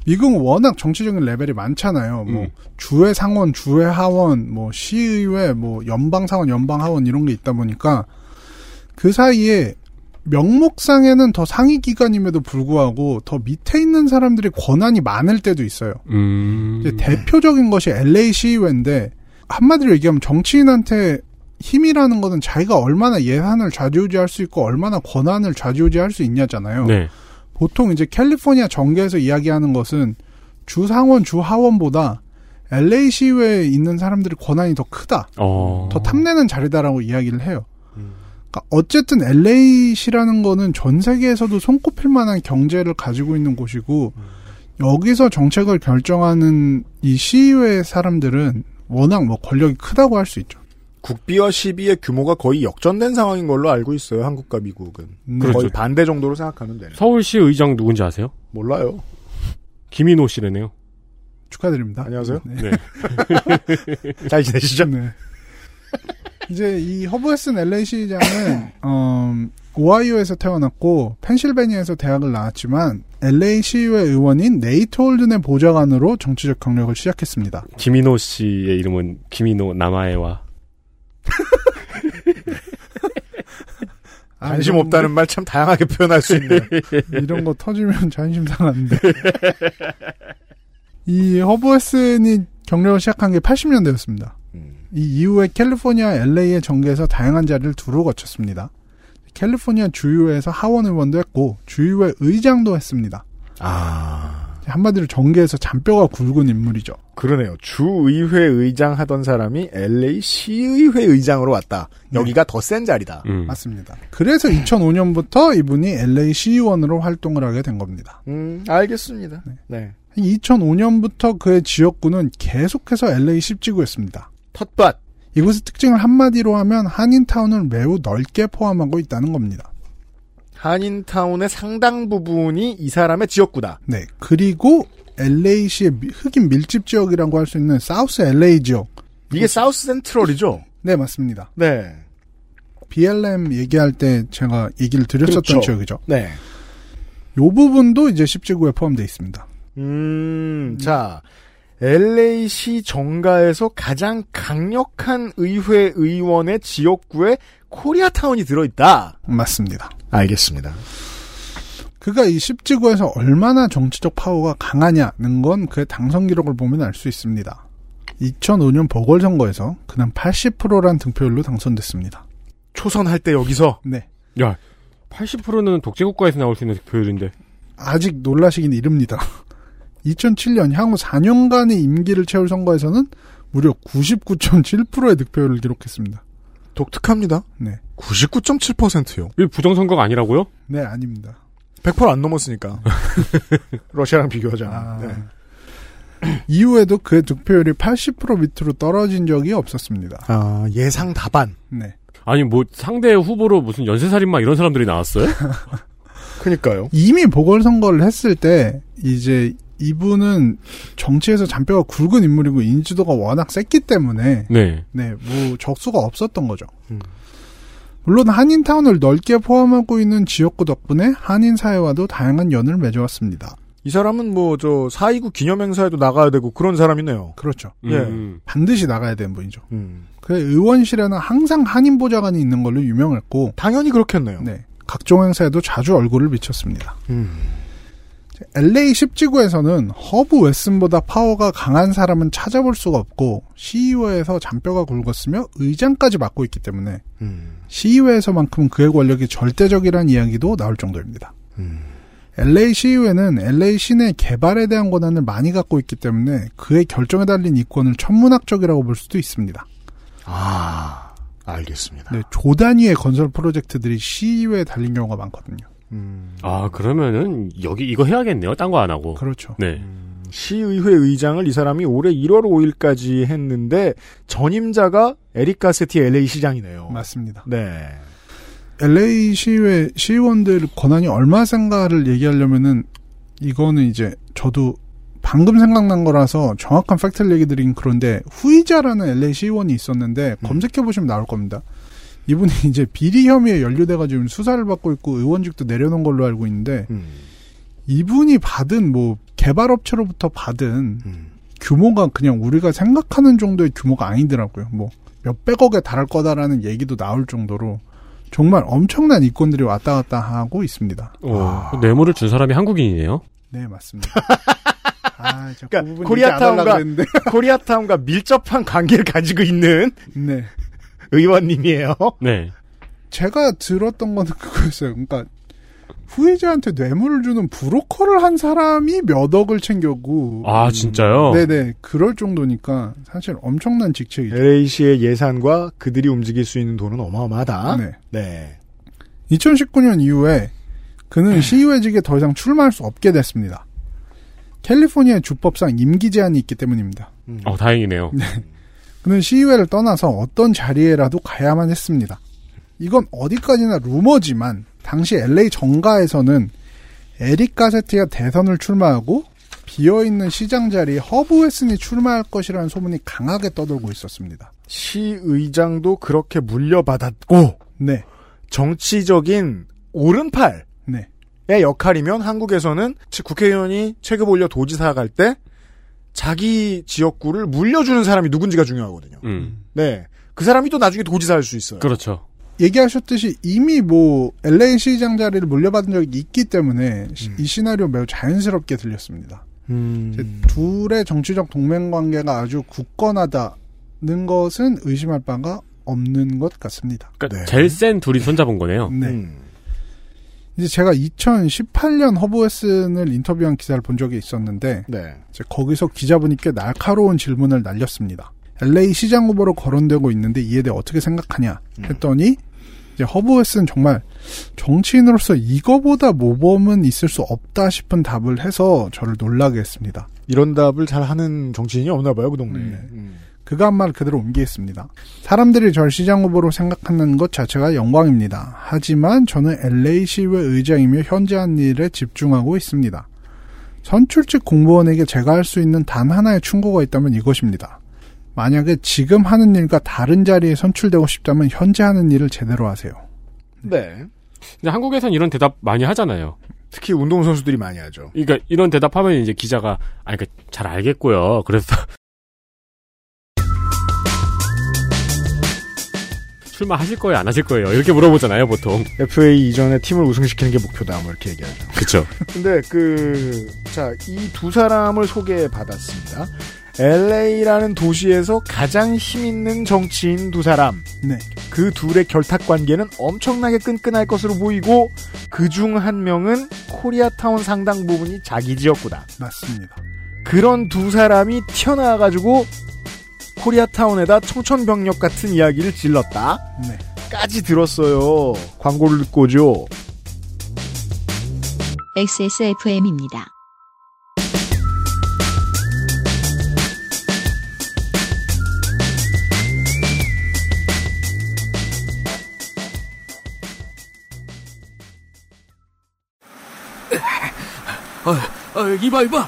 Speaker 9: 미국은 워낙 정치적인 레벨이 많잖아요. 뭐,
Speaker 3: 음.
Speaker 9: 주회 상원, 주회 하원, 뭐, 시의회, 뭐, 연방 상원, 연방 하원 이런 게 있다 보니까, 그 사이에 명목상에는 더 상위 기관임에도 불구하고, 더 밑에 있는 사람들이 권한이 많을 때도 있어요.
Speaker 3: 음.
Speaker 9: 이제 대표적인 것이 LA 시의회인데 한마디로 얘기하면 정치인한테 힘이라는 거는 자기가 얼마나 예산을 좌지우지할 수 있고 얼마나 권한을 좌지우지할 수 있냐잖아요.
Speaker 3: 네.
Speaker 9: 보통 이제 캘리포니아 정계에서 이야기하는 것은 주 상원, 주 하원보다 LA 시의회에 있는 사람들의 권한이 더 크다.
Speaker 3: 어.
Speaker 9: 더 탐내는 자리다라고 이야기를 해요.
Speaker 2: 음.
Speaker 9: 그러니까 어쨌든 LA시라는 거는 전 세계에서도 손꼽힐 만한 경제를 가지고 있는 곳이고
Speaker 2: 음.
Speaker 9: 여기서 정책을 결정하는 이 시의회 사람들은 워낙 뭐 권력이 크다고 할 수 있죠.
Speaker 2: 국비와 시비의 규모가 거의 역전된 상황인 걸로 알고 있어요. 한국과 미국은
Speaker 9: 네.
Speaker 2: 거의 반대 정도로 생각하면 되는.
Speaker 3: 서울시 의장 누군지 아세요?
Speaker 2: 몰라요.
Speaker 3: 김인호 씨래네요.
Speaker 9: 축하드립니다.
Speaker 2: 안녕하세요.
Speaker 9: 네.
Speaker 3: 네.
Speaker 2: 잘 지내시죠?
Speaker 9: 네. [LAUGHS] 이제 이 허브웨슨 LA 시장은 어, 오하이오에서 태어났고 펜실베니아에서 대학을 나왔지만 LA 시의회 의원인 네이트 홀든의 보좌관으로 정치적 경력을 시작했습니다.
Speaker 3: 김인호 씨의 이름은 김인호 남아애와
Speaker 2: 관심 없다는 말 참 다양하게 표현할 수 있네요.
Speaker 9: 아, 이런 거 터지면 [LAUGHS] 자존심
Speaker 2: [LAUGHS]
Speaker 9: 상한데. 이 허브웨슨이 경력을 시작한 게 80년대였습니다.
Speaker 2: 음.
Speaker 9: 이 이후에 캘리포니아 LA의 정계에서 다양한 자리를 두루 거쳤습니다. 캘리포니아 주의회에서 하원 의원도 했고 주의회 의장도 했습니다.
Speaker 2: [LAUGHS] 아
Speaker 9: 한마디로 정계에서 잔뼈가 굵은 인물이죠.
Speaker 2: 그러네요. 주의회 의장 하던 사람이 LA 시의회 의장으로 왔다. 여기가 더 센 자리다.
Speaker 3: 음.
Speaker 9: 맞습니다. 그래서 2005년부터 이분이 LA 시의원으로 활동을 하게 된 겁니다.
Speaker 2: 음 알겠습니다. 네.
Speaker 9: 2005년부터 그의 지역구는 계속해서 LA 10지구였습니다.
Speaker 2: 텃밭
Speaker 9: 이곳의 특징을 한마디로 하면 한인타운을 매우 넓게 포함하고 있다는 겁니다.
Speaker 2: 한인타운의 상당 부분이 이 사람의 지역구다.
Speaker 9: 네. 그리고 LA시의 흑인 밀집 지역이라고 할 수 있는 사우스 LA 지역.
Speaker 2: 이게 사우스 센트럴이죠.
Speaker 9: 네, 맞습니다.
Speaker 2: 그렇죠. 네.
Speaker 9: BLM 얘기할 때 제가 얘기를 드렸었던
Speaker 2: 그렇죠.
Speaker 9: 지역이죠.
Speaker 2: 네.
Speaker 9: 요 부분도 이제 10지구에 포함되어 있습니다.
Speaker 2: 음, 자, LA시 정가에서 가장 강력한 의회 의원의 지역구에 코리아타운이 들어있다.
Speaker 9: 맞습니다.
Speaker 2: 알겠습니다.
Speaker 9: 그가 이 10지구에서 얼마나 정치적 파워가 강하냐는 건 그의 당선 기록을 보면 알 수 있습니다. 2005년 보궐선거에서 그는 80%란 득표율로 당선됐습니다.
Speaker 2: 초선할 때 여기서
Speaker 9: 네.
Speaker 3: 야, 80%는 독재국가에서 나올 수 있는 표현인데.
Speaker 9: 아직 놀라시긴 이릅니다. [LAUGHS] 2007년 향후 4년간의 임기를 채울 선거에서는 무려 99.7%의 득표율을 기록했습니다.
Speaker 2: 독특합니다.
Speaker 9: 네.
Speaker 2: 99.7%요.
Speaker 3: 이 부정선거가 아니라고요?
Speaker 9: 네, 아닙니다.
Speaker 2: 100%안 넘었으니까. [LAUGHS] 러시아랑 비교하자.
Speaker 9: 아.
Speaker 2: 네.
Speaker 9: 이후에도 그의 득표율이 80% 밑으로 떨어진 적이 없었습니다.
Speaker 2: 아, 예상 답안.
Speaker 9: 네.
Speaker 3: 아니 뭐 상대 후보로 무슨 연쇄살인마 이런 사람들이 나왔어요?
Speaker 2: 그니까요.
Speaker 9: 이미 보궐선거를 했을 때 이제 이분은 정치에서 잔뼈가 굵은 인물이고 인지도가 워낙 셌기 때문에
Speaker 3: 네.
Speaker 9: 네 뭐 적수가 없었던 거죠.
Speaker 2: 음.
Speaker 9: 물론 한인타운을 넓게 포함하고 있는 지역구 덕분에 한인 사회와도 다양한 연을 맺어왔습니다.
Speaker 2: 이 사람은 뭐, 저, 4.29 기념행사에도 나가야 되고 그런 사람이네요. 예.
Speaker 9: 그렇죠.
Speaker 3: 음.
Speaker 9: 반드시 나가야 되는 분이죠.
Speaker 2: 음.
Speaker 9: 그 의원실에는 항상 한인 보좌관이 있는 걸로 유명했고,
Speaker 2: 당연히 그렇겠네요.
Speaker 9: 네 각종 행사에도 자주 얼굴을 비쳤습니다.
Speaker 2: 음.
Speaker 9: LA 10지구에서는 허브 웨슨보다 파워가 강한 사람은 찾아볼 수가 없고 시의회에서 잔뼈가 굵었으며 의장까지 맡고 있기 때문에
Speaker 2: 음.
Speaker 9: 시의회에서만큼 E 그의 권력이 절대적이란 이야기도 나올 정도입니다. LA 시의회는 LA 시내 개발에 대한 권한을 많이 갖고 있기 때문에 그의 결정에 달린 이권을 천문학적이라고 볼 수도 있습니다.
Speaker 2: 아, 알겠습니다.
Speaker 9: 네, 조 단위의 건설 프로젝트들이 시의회에 달린 경우가 많거든요.
Speaker 2: 음.
Speaker 3: 아, 그러면은 여기 이거 해야겠네요. 딴 거 안 하고.
Speaker 9: 그렇죠.
Speaker 3: 네.
Speaker 2: 시의회 의장을 이 사람이 올해 1월 5일까지 했는데 전임자가 에릭 가세티 LA 시장이네요.
Speaker 9: 맞습니다.
Speaker 2: 네.
Speaker 9: LA 시의회 시의원들 권한이 얼마 생가를 얘기하려면은 이거는 이제 저도 방금 생각난 거라서 정확한 팩트를 얘기 드리긴 그런데 후이자라는 LA 시의원이 있었는데 검색해 보시면 나올 겁니다. 이분이 이제 비리 혐의에 연루돼가지고 수사를 받고 있고 의원직도 내려놓은 걸로 알고 있는데
Speaker 2: 음,
Speaker 9: 이분이 받은 뭐 개발업체로부터 받은
Speaker 2: 음.
Speaker 9: 규모가 그냥 우리가 생각하는 정도의 규모가 아니더라고요. 뭐 몇백억에 달할 거다라는 얘기도 나올 정도로 정말 엄청난 이권들이 왔다 갔다 하고 있습니다.
Speaker 3: 어, 뇌물을 준 사람이 한국인이네요.
Speaker 9: 네, 맞습니다.
Speaker 2: [LAUGHS]
Speaker 9: 아, 저
Speaker 2: 그러니까
Speaker 9: 부분
Speaker 2: 코리아
Speaker 9: 얘기 안 하려고
Speaker 2: 타운과-
Speaker 9: 그랬는데. [LAUGHS]
Speaker 2: 음. 코리아타운과 밀접한 관계를 가지고 있는 [LAUGHS]
Speaker 9: 네.
Speaker 2: 의원님이에요.
Speaker 3: 네.
Speaker 9: 제가 들었던 거는 그거였어요. 그러니까 후회자한테 뇌물을 주는 브로커를 한 사람이 몇 억을 챙겨고
Speaker 3: 아, 진짜요?
Speaker 9: 네네 그럴 정도니까 사실 엄청난 직책이죠.
Speaker 2: LA시의 예산과 그들이 움직일 수 있는 돈은 어마어마하다.
Speaker 9: 네.
Speaker 2: 네.
Speaker 9: 2019년 이후에 그는 시의회직에 더 이상 출마할 수 없게 됐습니다. 캘리포니아 주법상 임기 제한이 있기 때문입니다.
Speaker 3: 어, 다행이네요.
Speaker 9: 그는 시의회를 떠나서 어떤 자리에라도 가야만 했습니다. 이건 어디까지나 루머지만 당시 LA 정가에서는 에릭 가세티가 대선을 출마하고 비어있는 시장 자리에 허브 웨슨이 출마할 것이라는 소문이 강하게 떠돌고 있었습니다.
Speaker 2: 시의장도 그렇게 물려받았고
Speaker 9: 네,
Speaker 2: 정치적인 오른팔의
Speaker 9: 네,
Speaker 2: 역할이면 한국에서는 치- 국회의원이 체급 올려 도지사 갈 때 자기 지역구를 물려주는 사람이 누군지가 중요하거든요.
Speaker 3: 음.
Speaker 2: 네. 그 사람이 또 나중에 도지사 할 수 있어요.
Speaker 3: 그렇죠.
Speaker 9: 얘기하셨듯이 이미 뭐 LA 시장 자리를 물려받은 적이 있기 때문에 시- 이 시나리오 매우 자연스럽게 들렸습니다.
Speaker 2: 음.
Speaker 9: 이제 둘의 정치적 동맹 관계가 아주 굳건하다는 것은 의심할 바가 없는 것 같습니다.
Speaker 3: 그러니까
Speaker 2: 네.
Speaker 3: 제일 센 둘이 손잡은 거네요.
Speaker 9: 네.
Speaker 2: 음.
Speaker 9: 이제 제가 2018년 허브웨슨을 인터뷰한 기사를 본 적이 있었는데
Speaker 2: 네.
Speaker 9: 이제 거기서 기자분이 꽤 날카로운 질문을 날렸습니다. LA 시장 후보로 거론되고 있는데 이에 대해 어떻게 생각하냐 했더니 이제 허브웨슨 정말 정치인으로서 이거보다 모범은 있을 수 없다 싶은 답을 해서 저를 놀라게 했습니다.
Speaker 2: 이런 답을 잘 하는 정치인이 없나 봐요, 그 동네에.
Speaker 9: 네.
Speaker 2: 음.
Speaker 9: 그가 한 말을 그대로 옮기겠습니다. 사람들이 절 시장 후보로 생각하는 것 자체가 영광입니다. 하지만 저는 LA 시의회 의장이며 현재 한 일에 집중하고 있습니다. 선출직 공무원에게 제가 할 수 있는 단 하나의 충고가 있다면 이것입니다. 만약에 지금 하는 일과 다른 자리에 선출되고 싶다면 현재 하는 일을 제대로 하세요.
Speaker 2: 네.
Speaker 3: 근데 한국에선 이런 대답 많이 하잖아요.
Speaker 2: 특히 운동선수들이 많이 하죠.
Speaker 3: 그러니까 이런 대답하면 이제 기자가 아 그러니까 잘 알겠고요. 그래서 [LAUGHS] 출마하실 거예요, 안 하실 거예요? 이렇게 물어보잖아요, 보통.
Speaker 2: FA 이전에 팀을 우승시키는 게 목표다, 뭐 이렇게 얘기하죠.
Speaker 3: 그렇죠.
Speaker 2: 근데 그, 자, 이 두 사람을 소개받았습니다. LA라는 도시에서 가장 힘있는 정치인 두 사람.
Speaker 9: 네.
Speaker 2: 그 둘의 결탁 관계는 엄청나게 끈끈할 것으로 보이고, 그 중 한 명은 코리아타운 상당 부분이 자기 지역구다.
Speaker 9: 맞습니다.
Speaker 2: 그런 두 사람이 튀어나와가지고, 코리아타운에다 청천벽력 같은 이야기를 질렀다.
Speaker 9: 네.
Speaker 2: 까지 들었어요. 광고를 듣고 오죠.
Speaker 1: XSFM입니다.
Speaker 6: 어, 이봐 이봐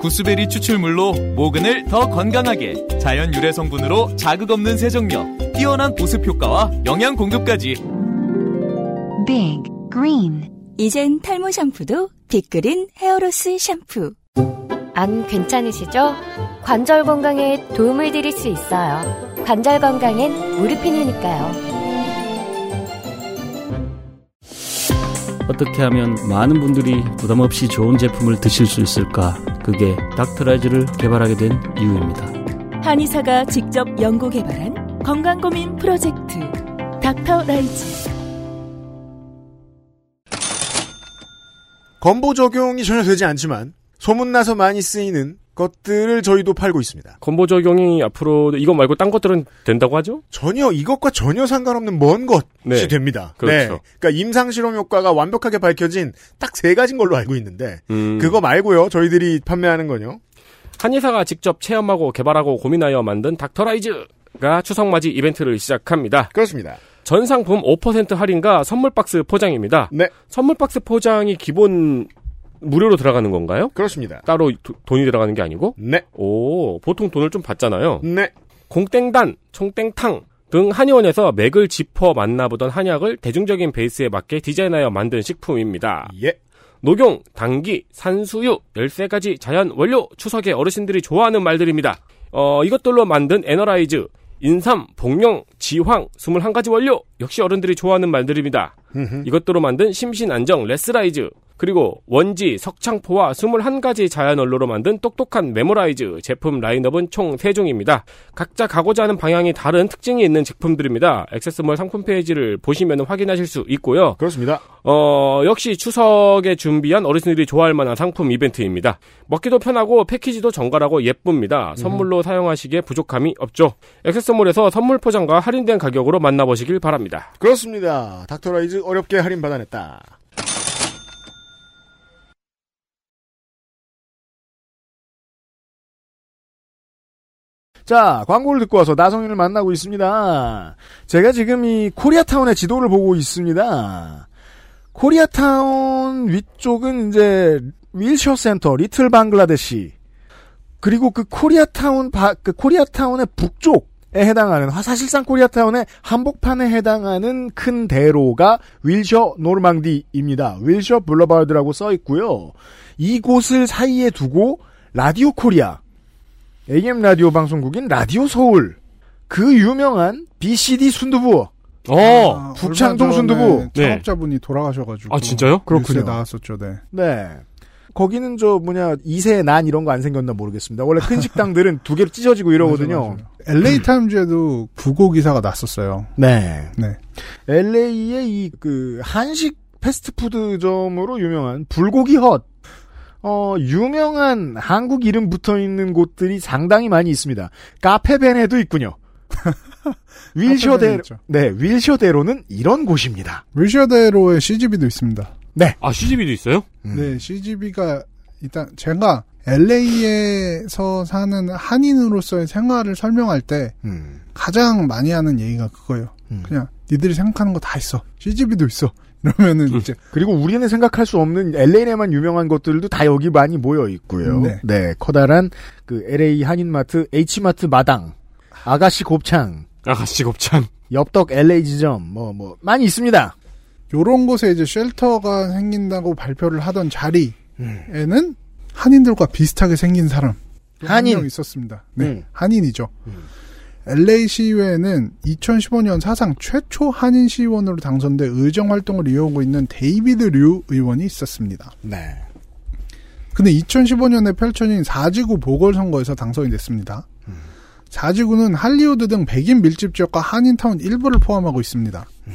Speaker 10: 구스베리 추출물로 모근을 더 건강하게 자연 유래 성분으로 자극 없는 세정력, 뛰어난 보습 효과와 영양 공급까지
Speaker 11: 빅 그린 이젠 탈모 샴푸도 빅그린 헤어로스 샴푸
Speaker 4: 안 괜찮으시죠? 관절 건강에 도움을 드릴 수 있어요. 관절 건강엔 무르핀이니까요.
Speaker 12: 어떻게 하면 많은 분들이 부담 없이 좋은 제품을 드실 수 있을까? 그게 닥터라이즈를 개발하게 된 이유입니다.
Speaker 11: 한의사가 직접 연구 개발한 건강 고민 프로젝트 닥터 라이즈
Speaker 2: 건보 적용이 전혀 되지 않지만 소문나서 많이 쓰이는 것들을 저희도 팔고 있습니다.
Speaker 3: [LAUGHS] 건보 적용이 앞으로 이거 말고 딴 것들은 된다고 하죠?
Speaker 2: 전혀 이것과 전혀 상관없는 먼 것이
Speaker 3: 네.
Speaker 2: 됩니다.
Speaker 3: 그렇죠.
Speaker 2: 네. 그러니까 임상 실험 효과가 완벽하게 밝혀진 딱 세 가지인 걸로 알고 있는데
Speaker 3: 음.
Speaker 2: 그거 말고요. 저희들이 판매하는 건요.
Speaker 3: 한의사가 직접 체험하고 개발하고 고민하여 만든 닥터라이즈가 추석맞이 이벤트를 시작합니다.
Speaker 2: 그렇습니다.
Speaker 3: 전 상품 5% 할인과 선물 박스 포장입니다.
Speaker 2: 네.
Speaker 3: 선물 박스 포장이 기본 무료로 들어가는 건가요?
Speaker 2: 그렇습니다.
Speaker 3: 따로 도- 돈이 들어가는 게 아니고?
Speaker 2: 네.
Speaker 3: 오, 보통 돈을 좀 받잖아요.
Speaker 2: 네.
Speaker 3: 공땡단, 총땡탕 등 한의원에서 맥을 짚어 만나보던 한약을 대중적인 베이스에 맞게 디자인하여 만든 식품입니다.
Speaker 2: 예.
Speaker 3: 녹용, 당기, 산수유, 13가지 자연 원료, 추석에 어르신들이 좋아하는 말들입니다. 어, 이것들로 만든 에너라이즈, 인삼, 복령, 지황, 21가지 원료, 역시 어른들이 좋아하는 말들입니다. 이것들로 만든 심신안정 레스라이즈 그리고 원지, 석창포와 21가지 자연 원료로 만든 똑똑한 메모라이즈 제품 라인업은 총 3종입니다. 각자 가고자 하는 방향이 다른 특징이 있는 제품들입니다. 액세스몰 상품 페이지를 보시면 확인하실 수 있고요.
Speaker 2: 그렇습니다.
Speaker 3: 어, 역시 추석에 준비한 어르신들이 좋아할 만한 상품 이벤트입니다. 먹기도 편하고 패키지도 정갈하고 예쁩니다. 선물로 사용하시기에 부족함이 없죠. 액세스몰에서 선물 포장과 할인된 가격으로 만나보시길 바랍니다.
Speaker 2: 그렇습니다. 닥터라이즈 어렵게 할인 받아냈다. 자, 광고를 듣고 와서 나성인을 만나고 있습니다. 제가 지금 이 코리아타운의 지도를 보고 있습니다. 코리아타운 위쪽은 이제 윌셔 센터, 리틀 방글라데시. 그리고 그 코리아타운 바- 그 코리아타운의 북쪽에 해당하는 하- 사실상 코리아타운의 한복판에 해당하는 큰 대로가 윌셔 노르망디입니다. 윌셔 블러바드라고 써 있고요. 이곳을 사이에 두고 라디오 코리아 AM 라디오 방송국인 라디오 서울 그 유명한 BCD 순두부
Speaker 3: 어!
Speaker 9: 아,
Speaker 2: 북창동
Speaker 9: 얼마 전에 네,
Speaker 2: 순두부
Speaker 9: 창업자분이 돌아가셔가지고.
Speaker 2: 아, 진짜요?
Speaker 9: 그렇군요.
Speaker 2: 그렇군요.
Speaker 9: 나왔었죠, 네.
Speaker 2: 네. 거기는 저 뭐냐 이세 난 이런 거 안 생겼나 모르겠습니다. 원래 큰 식당들은 두 개로 찢어지고 이러거든요.
Speaker 9: LA 타임즈에도 부고 기사가 났었어요.
Speaker 2: 네.
Speaker 9: 네.
Speaker 2: LA의 이 그 한식 패스트푸드점으로 유명한 불고기 헛. 어, 유명한 한국 이름 붙어 있는 곳들이 상당히 많이 있습니다. 카페벤에도
Speaker 9: [LAUGHS]
Speaker 2: 있군요.
Speaker 9: 카페벤에
Speaker 2: 윌셔대로,
Speaker 9: 있죠.
Speaker 2: 네, 윌셔대로는 이런 곳입니다.
Speaker 9: 윌셔대로의 CGV도 있습니다.
Speaker 2: 네.
Speaker 3: 아, CGV도 있어요?
Speaker 9: 네, CGV가 일단 제가 LA에서 사는 한인으로서의 생활을 설명할 때
Speaker 2: 음.
Speaker 9: 가장 많이 하는 얘기가 그거예요.
Speaker 2: 음.
Speaker 9: 그냥 니들이 생각하는 거 다 있어. CGV도 있어. [LAUGHS] 이러면은 이제
Speaker 2: 그리고 우리는 생각할 수 없는 LA에만 유명한 것들도 다 여기 많이 모여 있고요.
Speaker 9: 네.
Speaker 2: 커다란 그 LA 한인마트, H마트 마당, 아가씨 곱창,
Speaker 3: 아가씨 곱창.
Speaker 2: 엽떡 LA 지점, 뭐, 뭐, 많이 있습니다.
Speaker 9: 요런 곳에 이제 쉘터가 생긴다고 발표를 하던 자리에는 한인들과 비슷하게 생긴 사람
Speaker 2: 한인.
Speaker 9: 한명 있었습니다. 네,
Speaker 2: 음.
Speaker 9: 한인이죠. LA 시의회는 2015년 사상 최초 한인 시의원으로 당선돼 의정 활동을 이어오고 있는 데이비드 류 의원이 있었습니다.
Speaker 2: 네.
Speaker 9: 근데 2015년에 펼쳐진 4지구 보궐선거에서 당선이 됐습니다.
Speaker 2: 음.
Speaker 9: 4지구는 할리우드 등 백인 밀집 지역과 한인타운 일부를 포함하고 있습니다.
Speaker 2: 음.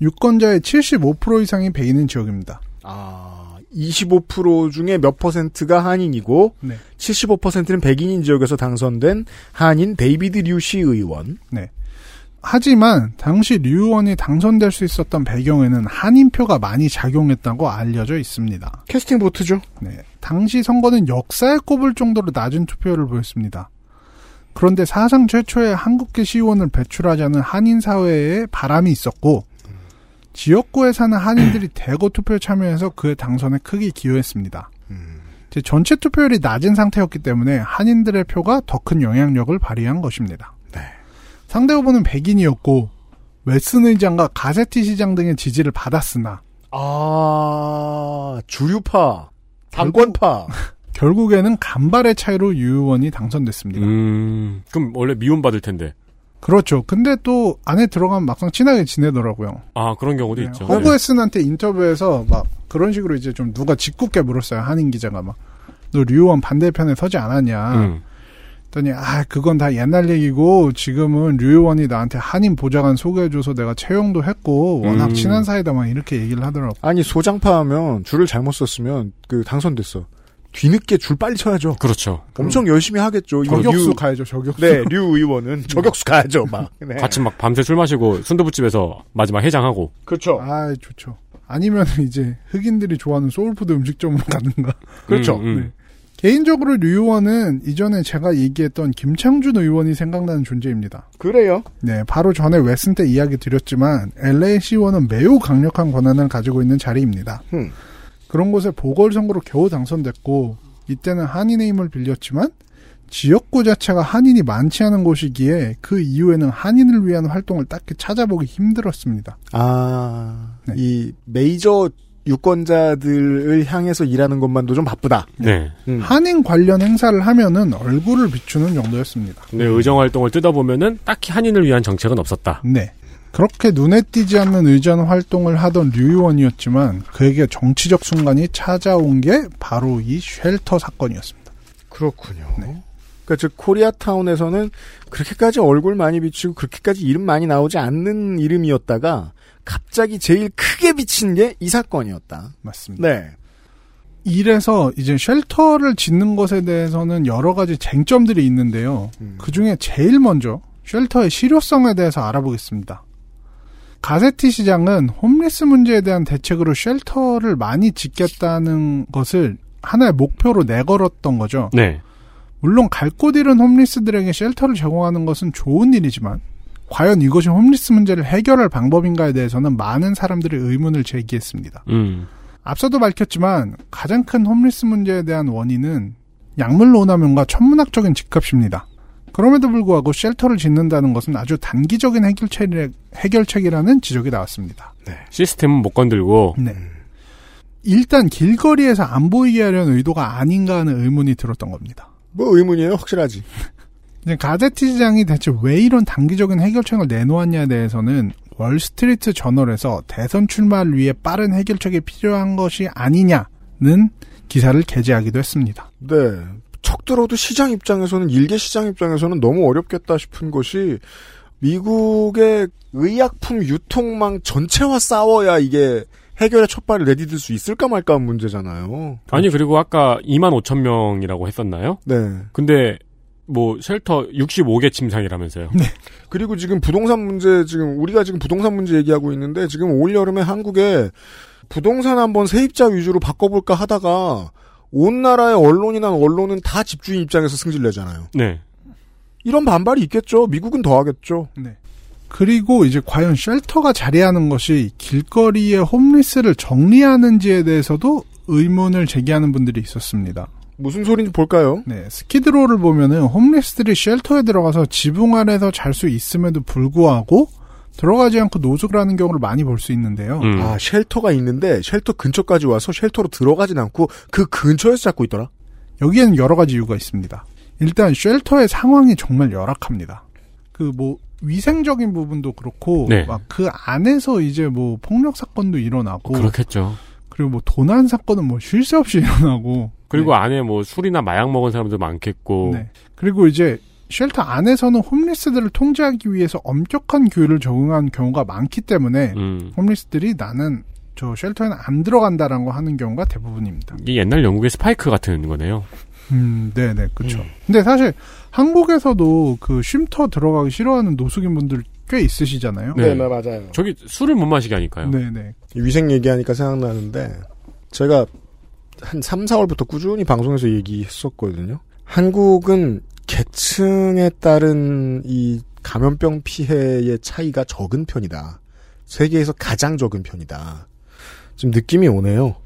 Speaker 9: 유권자의 75% 이상이 백인인 지역입니다.
Speaker 2: 아, 25% 중에 몇 퍼센트가 한인이고,
Speaker 9: 네.
Speaker 2: 75%는 백인인 지역에서 당선된 한인 데이비드 류시 의원.
Speaker 9: 네. 하지만 당시 류 의원이 당선될 수 있었던 배경에는 한인표가 많이 작용했다고 알려져 있습니다.
Speaker 2: 캐스팅 보트죠.
Speaker 9: 네. 당시 선거는 역사에 꼽을 정도로 낮은 투표율을 보였습니다. 그런데 사상 최초의 한국계 시의원을 배출하자는 한인 사회에 바람이 있었고 지역구에 사는 한인들이 대거 투표에 참여해서 그의 당선에 크게 기여했습니다. 이제 전체 투표율이 낮은 상태였기 때문에 한인들의 표가 더 큰 영향력을 발휘한 것입니다. 상대 후보는 백인이었고 웨슨 의장과 가세티 시장 등의 지지를 받았으나
Speaker 2: 아 주류파 당권파
Speaker 9: 결국에는 간발의 차이로 유 의원이
Speaker 3: 음.
Speaker 9: 당선됐습니다.
Speaker 3: 그럼 원래 미움받을 텐데.
Speaker 9: 그렇죠. 근데 또 안에 들어가면 막상 친하게 지내더라고요. 네.
Speaker 3: 아, 그런 경우도 있죠.
Speaker 9: 허브 웨슨한테 인터뷰에서 막 그런 식으로 이제 좀 누가 짓궂게 물었어요. 한인 기자가 막너 류원 반대편에 서지 않았냐.
Speaker 3: 음.
Speaker 9: 그랬더니 아 그건 다 옛날 얘기고 지금은 류 의원이 나한테 한인 보좌관 소개해줘서 내가 채용도 했고 워낙
Speaker 2: 음.
Speaker 9: 친한 사이다만 이렇게 얘기를 하더라고.
Speaker 2: 아니 소장파하면 줄을 잘못 썼으면 그 당선됐어. 뒤늦게 줄 빨리 쳐야죠.
Speaker 3: 그렇죠.
Speaker 2: 엄청 열심히 하겠죠.
Speaker 3: 어,
Speaker 2: 이거
Speaker 9: 저격수
Speaker 2: 류-
Speaker 9: 가야죠. 저격수.
Speaker 2: 네, 류 의원은 [LAUGHS] 저격수 가야죠. 막. 네.
Speaker 3: 같이 막 밤새 술 마시고 순두부집에서 마지막 해장하고.
Speaker 2: 그렇죠.
Speaker 9: 아 좋죠. 아니면 이제 흑인들이 좋아하는 소울푸드 음식점으로 가는가.
Speaker 3: 그렇죠. 음, 음.
Speaker 9: 네. 개인적으로 류 의원은 이전에 제가 얘기했던 김창준 의원이 생각나는 존재입니다.
Speaker 2: 그래요.
Speaker 9: 네, 바로 전에 웨슨 때 이야기 드렸지만 LA 시의원은 매우 강력한 권한을 가지고 있는 자리입니다.
Speaker 2: 흠.
Speaker 9: 그런 곳에 보궐선거로 겨우 당선됐고 이때는 한인의 힘을 빌렸지만 지역구 자체가 한인이 많지 않은 곳이기에 그 이후에는 한인을 위한 활동을 딱히 찾아보기 힘들었습니다.
Speaker 2: 아, 이 메이저 유권자들을 향해서 일하는 것만도 좀 바쁘다.
Speaker 3: 네.
Speaker 2: 음.
Speaker 9: 한인 관련 행사를 하면은 얼굴을 비추는 정도였습니다.
Speaker 3: 근데 의정 활동을 뜯어 보면은 딱히 한인을 위한 정책은 없었다.
Speaker 9: 네. 그렇게 눈에 띄지 않는 의전 활동을 하던 류 의원이었지만 그에게 정치적 순간이 찾아온 게 바로 이 쉘터 사건이었습니다.
Speaker 2: 그렇군요. 그러니까 즉 코리아타운에서는 그렇게까지 얼굴 많이 비치고 그렇게까지 이름 많이 나오지 않는 이름이었다가 갑자기 제일 크게 비친 게 이 사건이었다.
Speaker 9: 맞습니다.
Speaker 2: 네.
Speaker 9: 이래서 이제 쉘터를 짓는 것에 대해서는 여러 가지 쟁점들이 있는데요. 그 중에 제일 먼저 쉘터의 실효성에 대해서 알아보겠습니다. 가세티 시장은 홈리스 문제에 대한 대책으로 쉘터를 많이 짓겠다는 것을 하나의 목표로 내걸었던 거죠.
Speaker 3: 네.
Speaker 9: 물론 갈 곳 잃은 홈리스들에게 쉘터를 제공하는 것은 좋은 일이지만 과연 이것이 홈리스 문제를 해결할 방법인가에 대해서는 많은 사람들이 의문을 제기했습니다.
Speaker 3: 음.
Speaker 9: 앞서도 밝혔지만 가장 큰 홈리스 문제에 대한 원인은 약물 오남용과 천문학적인 집값입니다. 그럼에도 불구하고 쉘터를 짓는다는 것은 아주 단기적인 해결책- 해결책이라는 지적이 나왔습니다.
Speaker 3: 시스템은 못 건들고.
Speaker 9: 네. 일단 길거리에서 안 보이게 하려는 의도가 아닌가 하는 의문이 들었던 겁니다.
Speaker 2: 뭐 의문이에요? 확실하지.
Speaker 9: 이제 가제티 시장이 대체 왜 이런 단기적인 해결책을 내놓았냐에 대해서는 월스트리트 저널에서 대선 출마를 위해 빠른 해결책이 필요한 것이 아니냐는 기사를 게재하기도 했습니다.
Speaker 2: 네. 척 들어도 시장 입장에서는 일개 시장 입장에서는 너무 어렵겠다 싶은 것이 미국의 의약품 유통망 전체와 싸워야 이게 해결의 첫 발을 내디딜 수 있을까 말까 한 문제잖아요.
Speaker 3: 아니 그리고 아까 2만 5천 명이라고 했었나요?
Speaker 2: 네.
Speaker 3: 근데 뭐 쉘터 65개 침상이라면서요.
Speaker 9: 네.
Speaker 2: 그리고 지금 부동산 문제 지금 우리가 지금 부동산 문제 얘기하고 있는데 지금 올 여름에 한국에 부동산 한번 세입자 위주로 바꿔볼까 하다가 온 나라의 언론이나 언론은 다 집주인 입장에서 승질 내잖아요.
Speaker 3: 네.
Speaker 2: 이런 반발이 있겠죠. 미국은 더 하겠죠.
Speaker 9: 네. 그리고 이제 과연 쉘터가 자리하는 것이 길거리의 홈리스를 정리하는지에 대해서도 의문을 제기하는 분들이 있었습니다.
Speaker 2: 무슨 소리인지 볼까요?
Speaker 9: 네, 스키드로를 보면은 홈리스들이 쉘터에 들어가서 지붕 아래서 잘 수 있음에도 불구하고 들어가지 않고 노숙을 하는 경우를 많이 볼 수 있는데요.
Speaker 2: 아, 쉘터가 있는데 쉘터 근처까지 와서 쉘터로 들어가진 않고 그 근처에서 잡고 있더라.
Speaker 9: 여기에는 여러 가지 이유가 있습니다. 일단 쉘터의 상황이 정말 열악합니다. 그 뭐 위생적인 부분도 그렇고
Speaker 3: 네.
Speaker 9: 막 그 안에서 이제 뭐 폭력 사건도 일어나고
Speaker 3: 그렇겠죠.
Speaker 9: 그리고 뭐 도난 사건은 뭐 쉴 새 없이 [LAUGHS] 일어나고
Speaker 3: 그리고 뭐 안에 뭐 술이나 마약 먹은 사람도 많겠고.
Speaker 9: 네. 그리고 이제 쉘터 안에서는 홈리스들을 통제하기 위해서 엄격한 규율을 적용한 경우가 많기 때문에
Speaker 3: 음.
Speaker 9: 홈리스들이 나는 저 쉘터에는 안 들어간다라고 하는 경우가 대부분입니다.
Speaker 3: 이게 옛날 영국의 스파이크 같은 거네요.
Speaker 9: 음, 네, 네, 그렇죠. 근데 사실 한국에서도 그 쉼터 들어가기 싫어하는 노숙인 분들 꽤 있으시잖아요.
Speaker 2: 네, 맞아요.
Speaker 3: 저기 술을 못 마시게 하니까요.
Speaker 9: 네, 네.
Speaker 2: 위생 얘기하니까 생각나는데 제가 한 3, 4월부터 꾸준히 방송에서 얘기했었거든요. 한국은 계층에 따른 이 감염병 피해의 차이가 적은 편이다. 세계에서 가장 적은 편이다. 지금 느낌이 오네요.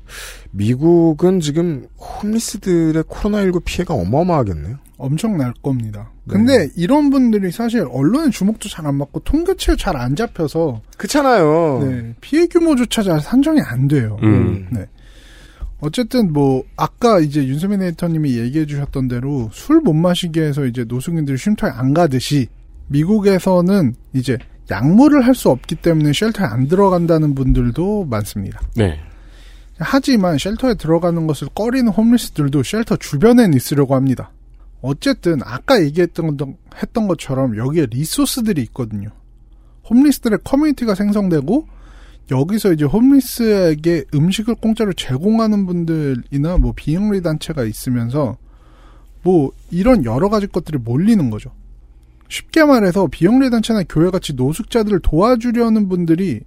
Speaker 2: 미국은 지금 홈리스들의 코로나19 피해가 어마어마하겠네요.
Speaker 9: 엄청 날 겁니다. 근데 이런 분들이 사실 언론의 주목도 잘 안 받고 통계치도 잘 안 잡혀서
Speaker 2: 그렇잖아요.
Speaker 9: 네, 피해 규모조차 잘 산정이 안 돼요.
Speaker 2: 음.
Speaker 9: 네. 어쨌든 뭐 아까 이제 윤세민 에디터님이 얘기해 주셨던 대로 술 못 마시게 해서 이제 노숙인들이 쉼터에 안 가듯이 미국에서는 이제 약물을 할 수 없기 때문에 쉘터에 안 들어간다는 분들도 많습니다.
Speaker 3: 네.
Speaker 9: 하지만 쉘터에 들어가는 것을 꺼리는 홈리스들도 쉘터 주변엔 있으려고 합니다. 어쨌든 아까 얘기했던 것- 했던 것처럼 여기에 리소스들이 있거든요. 홈리스들의 커뮤니티가 생성되고 여기서 이제 홈리스에게 음식을 공짜로 제공하는 분들이나 뭐 비영리 단체가 있으면서 뭐 이런 여러 가지 것들이 몰리는 거죠. 쉽게 말해서 비영리 단체나 교회 같이 노숙자들을 도와주려는 분들이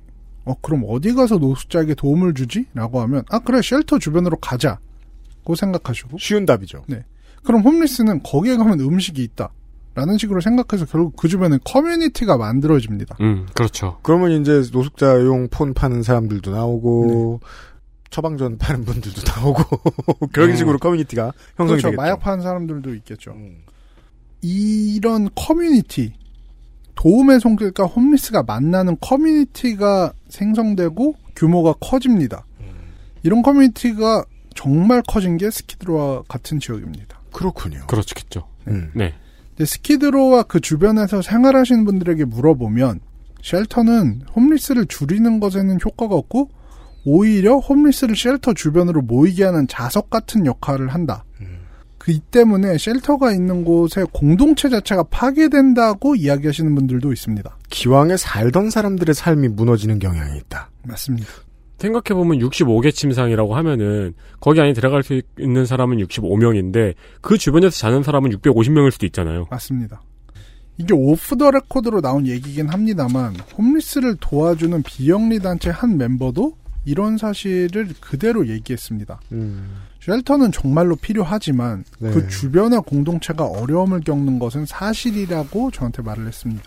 Speaker 9: 어 그럼 어디 가서 노숙자에게 도움을 주지?라고 하면 아 그래 쉘터 주변으로 가자고 생각하시고
Speaker 2: 쉬운 답이죠.
Speaker 9: 네. 그럼 홈리스는 거기에 가면 음식이 있다라는 식으로 생각해서 결국 그 주변에 커뮤니티가 만들어집니다.
Speaker 3: 음, 그렇죠.
Speaker 2: 그러면 이제 노숙자용 폰 파는 사람들도 나오고 처방전 파는 분들도 나오고 [LAUGHS] 그런
Speaker 9: 음.
Speaker 2: 식으로 커뮤니티가 형성이
Speaker 9: 그렇죠.
Speaker 2: 되겠죠. 음.
Speaker 9: 마약 파는 사람들도 있겠죠. 이런 커뮤니티 도움의 손길과 홈리스가 만나는 커뮤니티가 생성되고 규모가 커집니다.
Speaker 2: 음.
Speaker 9: 이런 커뮤니티가 정말 커진 게 스키드로와 같은 지역입니다.
Speaker 2: 그렇군요. 음.
Speaker 3: 그렇겠죠. 네.
Speaker 9: 근데 스키드로와 그 주변에서 생활하시는 분들에게 물어보면 쉘터는 홈리스를 줄이는 것에는 효과가 없고 오히려 홈리스를 쉘터 주변으로 모이게 하는 자석 같은 역할을 한다. 그 때문에 쉘터가 있는 곳의 공동체 자체가 파괴된다고 이야기하시는 분들도 있습니다.
Speaker 2: 기왕에 살던 사람들의 삶이 무너지는 경향이 있다.
Speaker 9: 맞습니다.
Speaker 3: 생각해보면 65개 침상이라고 하면은 거기 안에 들어갈 수 있는 사람은 65명인데 그 주변에서 자는 사람은 650명일 수도 있잖아요.
Speaker 9: 맞습니다. 이게 오프 더 레코드로 나온 얘기긴 합니다만 홈리스를 도와주는 비영리 단체 한 멤버도 이런 사실을 그대로 얘기했습니다. 쉘터는 정말로 필요하지만
Speaker 2: 네.
Speaker 9: 그 주변의 공동체가 어려움을 겪는 것은 사실이라고 저한테 말을 했습니다.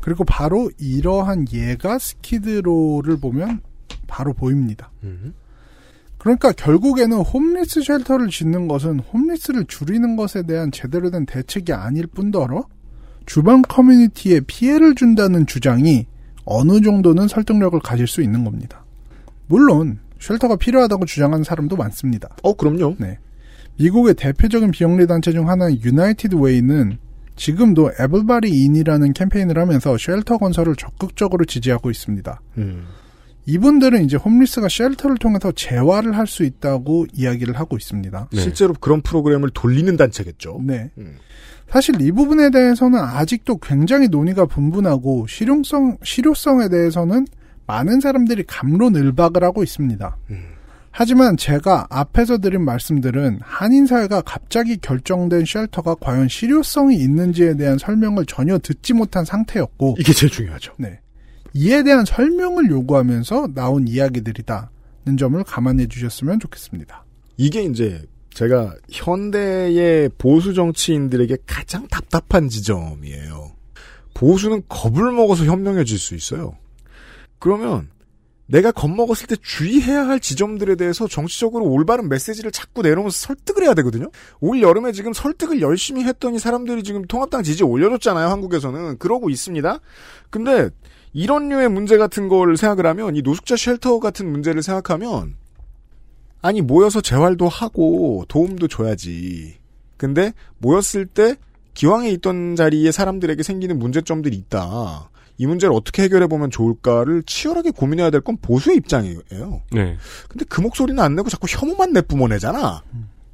Speaker 9: 그리고 바로 이러한 예가 스키드로를 보면 바로 보입니다. 그러니까 결국에는 홈리스 쉘터를 짓는 것은 홈리스를 줄이는 것에 대한 제대로 된 대책이 아닐 뿐더러 주변 커뮤니티에 피해를 준다는 주장이 어느 정도는 설득력을 가질 수 있는 겁니다. 물론 쉘터가 필요하다고 주장하는 사람도 많습니다.
Speaker 2: 어, 그럼요.
Speaker 9: 네. 미국의 대표적인 비영리 단체 중 하나인 유나이티드 웨이는 지금도 에블바리 인이라는 캠페인을 하면서 쉘터 건설을 적극적으로 지지하고 있습니다. 이분들은 이제 홈리스가 쉘터를 통해서 재활을 할 수 있다고 이야기를 하고 있습니다.
Speaker 2: 실제로 그런 프로그램을 돌리는 단체겠죠.
Speaker 9: 네. 사실 이 부분에 대해서는 아직도 굉장히 논의가 분분하고 실용성 실효성에 대해서는 많은 사람들이 감론을박을 하고 있습니다. 하지만 제가 앞에서 드린 말씀들은 한인 사회가 갑자기 결정된 쉘터가 과연 실효성이 있는지에 대한 설명을 전혀 듣지 못한 상태였고
Speaker 2: 이게 제일 중요하죠.
Speaker 9: 네. 이에 대한 설명을 요구하면서 나온 이야기들이다는 점을 감안해 주셨으면 좋겠습니다.
Speaker 2: 이게 이제 제가 현대의 보수 정치인들에게 가장 답답한 지점이에요. 보수는 겁을 먹어서 현명해질 수 있어요. 그러면 내가 겁먹었을 때 주의해야 할 지점들에 대해서 정치적으로 올바른 메시지를 자꾸 내놓으면서 설득을 해야 되거든요. 올 여름에 지금 설득을 열심히 했더니 사람들이 지금 통합당 지지 올려줬잖아요. 한국에서는 그러고 있습니다. 근데 이런 류의 문제 같은 걸 생각을 하면 이 노숙자 쉘터 같은 문제를 생각하면 아니 모여서 재활도 하고 도움도 줘야지. 근데 모였을 때 기왕에 있던 자리에 사람들에게 생기는 문제점들이 있다. 이 문제를 어떻게 해결해 보면 좋을까를 치열하게 고민해야 될 건 보수의 입장이에요.
Speaker 3: 네.
Speaker 2: 근데 그 목소리는 안 내고 자꾸 혐오만 내뿜어내잖아.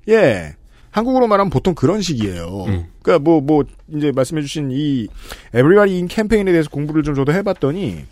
Speaker 2: 예. 한국으로 말하면 보통 그런 식이에요. 그러니까 뭐 뭐 이제 말씀해주신 이 에브리바디 인 캠페인에 대해서 공부를 좀 저도 해봤더니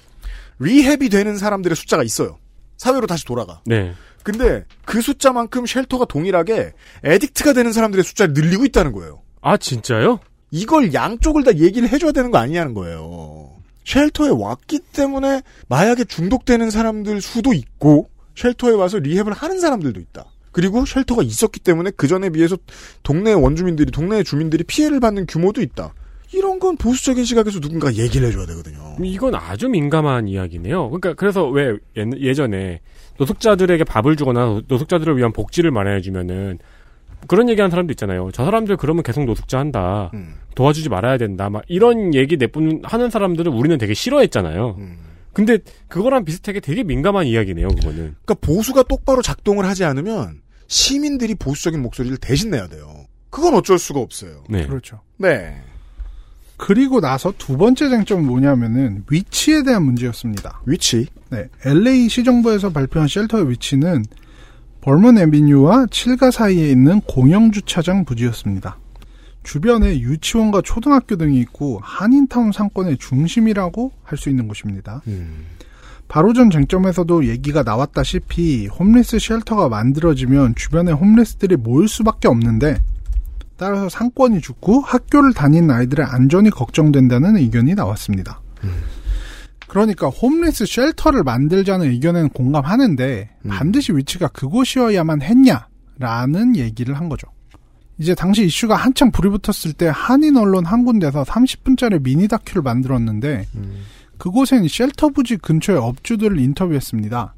Speaker 2: 리헵이 되는 사람들의 숫자가 있어요. 사회로 다시 돌아가.
Speaker 3: 네.
Speaker 2: 근데 그 숫자만큼 쉘터가 동일하게 에딕트가 되는 사람들의 숫자를 늘리고 있다는 거예요.
Speaker 3: 아, 진짜요?
Speaker 2: 이걸 양쪽을 다 얘기를 해줘야 되는 거 아니냐는 거예요. 쉘터에 왔기 때문에 마약에 중독되는 사람들 수도 있고, 쉘터에 와서 리헵을 하는 사람들도 있다. 그리고 쉘터가 있었기 때문에 그 전에 비해서 동네 원주민들이, 동네 주민들이 피해를 받는 규모도 있다. 이런 건 보수적인 시각에서 누군가 얘기를 해줘야 되거든요.
Speaker 3: 음, 이건 아주 민감한 이야기네요. 그러니까 그래서 왜 예- 예전에 노숙자들에게 밥을 주거나 노숙자들을 위한 복지를 마련해주면은 그런 얘기하는 사람도 있잖아요. 저 사람들 그러면 계속 노숙자 한다. 도와주지 말아야 된다. 막 이런 얘기 내뿜 하는 사람들을 우리는 되게 싫어했잖아요. 근데 그거랑 비슷하게 되게 민감한 이야기네요. 그거는.
Speaker 2: 그러니까 보수가 똑바로 작동을 하지 않으면 시민들이 보수적인 목소리를 대신 내야 돼요. 그건 어쩔 수가 없어요.
Speaker 3: 네.
Speaker 9: 그렇죠.
Speaker 2: 네.
Speaker 9: 그리고 나서 두 번째 쟁점은 뭐냐면은 위치에 대한 문제였습니다.
Speaker 2: 위치?
Speaker 9: 네. LA 시정부에서 발표한 쉘터의 위치는 벌먼 애비뉴와 7가 사이에 있는 공영주차장 부지였습니다. 주변에 유치원과 초등학교 등이 있고 한인타운 상권의 중심이라고 할 수 있는 곳입니다. 바로 전 쟁점에서도 얘기가 나왔다시피 홈리스 쉘터가 만들어지면 주변에 홈리스들이 모일 수밖에 없는데 따라서 상권이 죽고 학교를 다니는 아이들의 안전이 걱정된다는 의견이 나왔습니다. 그러니까 홈리스 쉘터를 만들자는 의견에는 공감하는데
Speaker 2: 음.
Speaker 9: 반드시 위치가 그곳이어야만 했냐라는 얘기를 한 거죠. 이제 당시 이슈가 한창 불이 붙었을 때 한인 언론 한 군데서 30분짜리 미니 다큐를 만들었는데
Speaker 2: 음.
Speaker 9: 그곳엔 쉘터 부지 근처의 업주들을 인터뷰했습니다.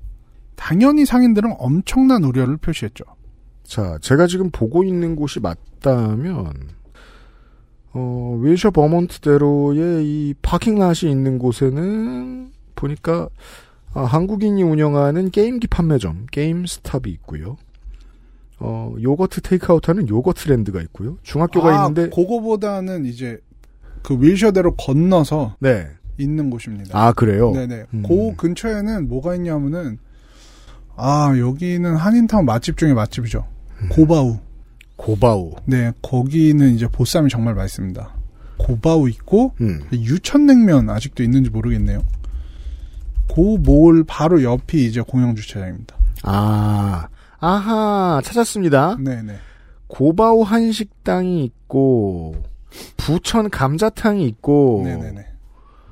Speaker 9: 당연히 상인들은 엄청난 우려를 표시했죠.
Speaker 2: 자, 제가 지금 보고 있는 곳이 맞다면, 어, 윌셔 버몬트대로의 이 파킹랏이 있는 곳에는, 보니까, 아, 한국인이 운영하는 게임기 판매점, 게임스탑이 있고요. 어, 요거트 테이크아웃 하는 요거트랜드가 있고요. 중학교가
Speaker 9: 아,
Speaker 2: 있는데,
Speaker 9: 그거보다는 이제 그 윌셔대로 건너서
Speaker 2: 네.
Speaker 9: 있는 곳입니다.
Speaker 2: 아, 그래요?
Speaker 9: 네네.
Speaker 2: 음.
Speaker 9: 그 근처에는 뭐가 있냐면은 아 여기는 한인타운 맛집 중에 맛집이죠.
Speaker 2: 음.
Speaker 9: 고바우.
Speaker 2: 고바우.
Speaker 9: 네 거기는 이제 보쌈이 정말 맛있습니다. 고바우 있고
Speaker 2: 음.
Speaker 9: 유천냉면 아직도 있는지 모르겠네요. 고몰 바로 옆이 이제 공영 주차장입니다.
Speaker 2: 아, 아하, 찾았습니다.
Speaker 9: 네네.
Speaker 2: 고바오 한식당이 있고, 부천 감자탕이 있고,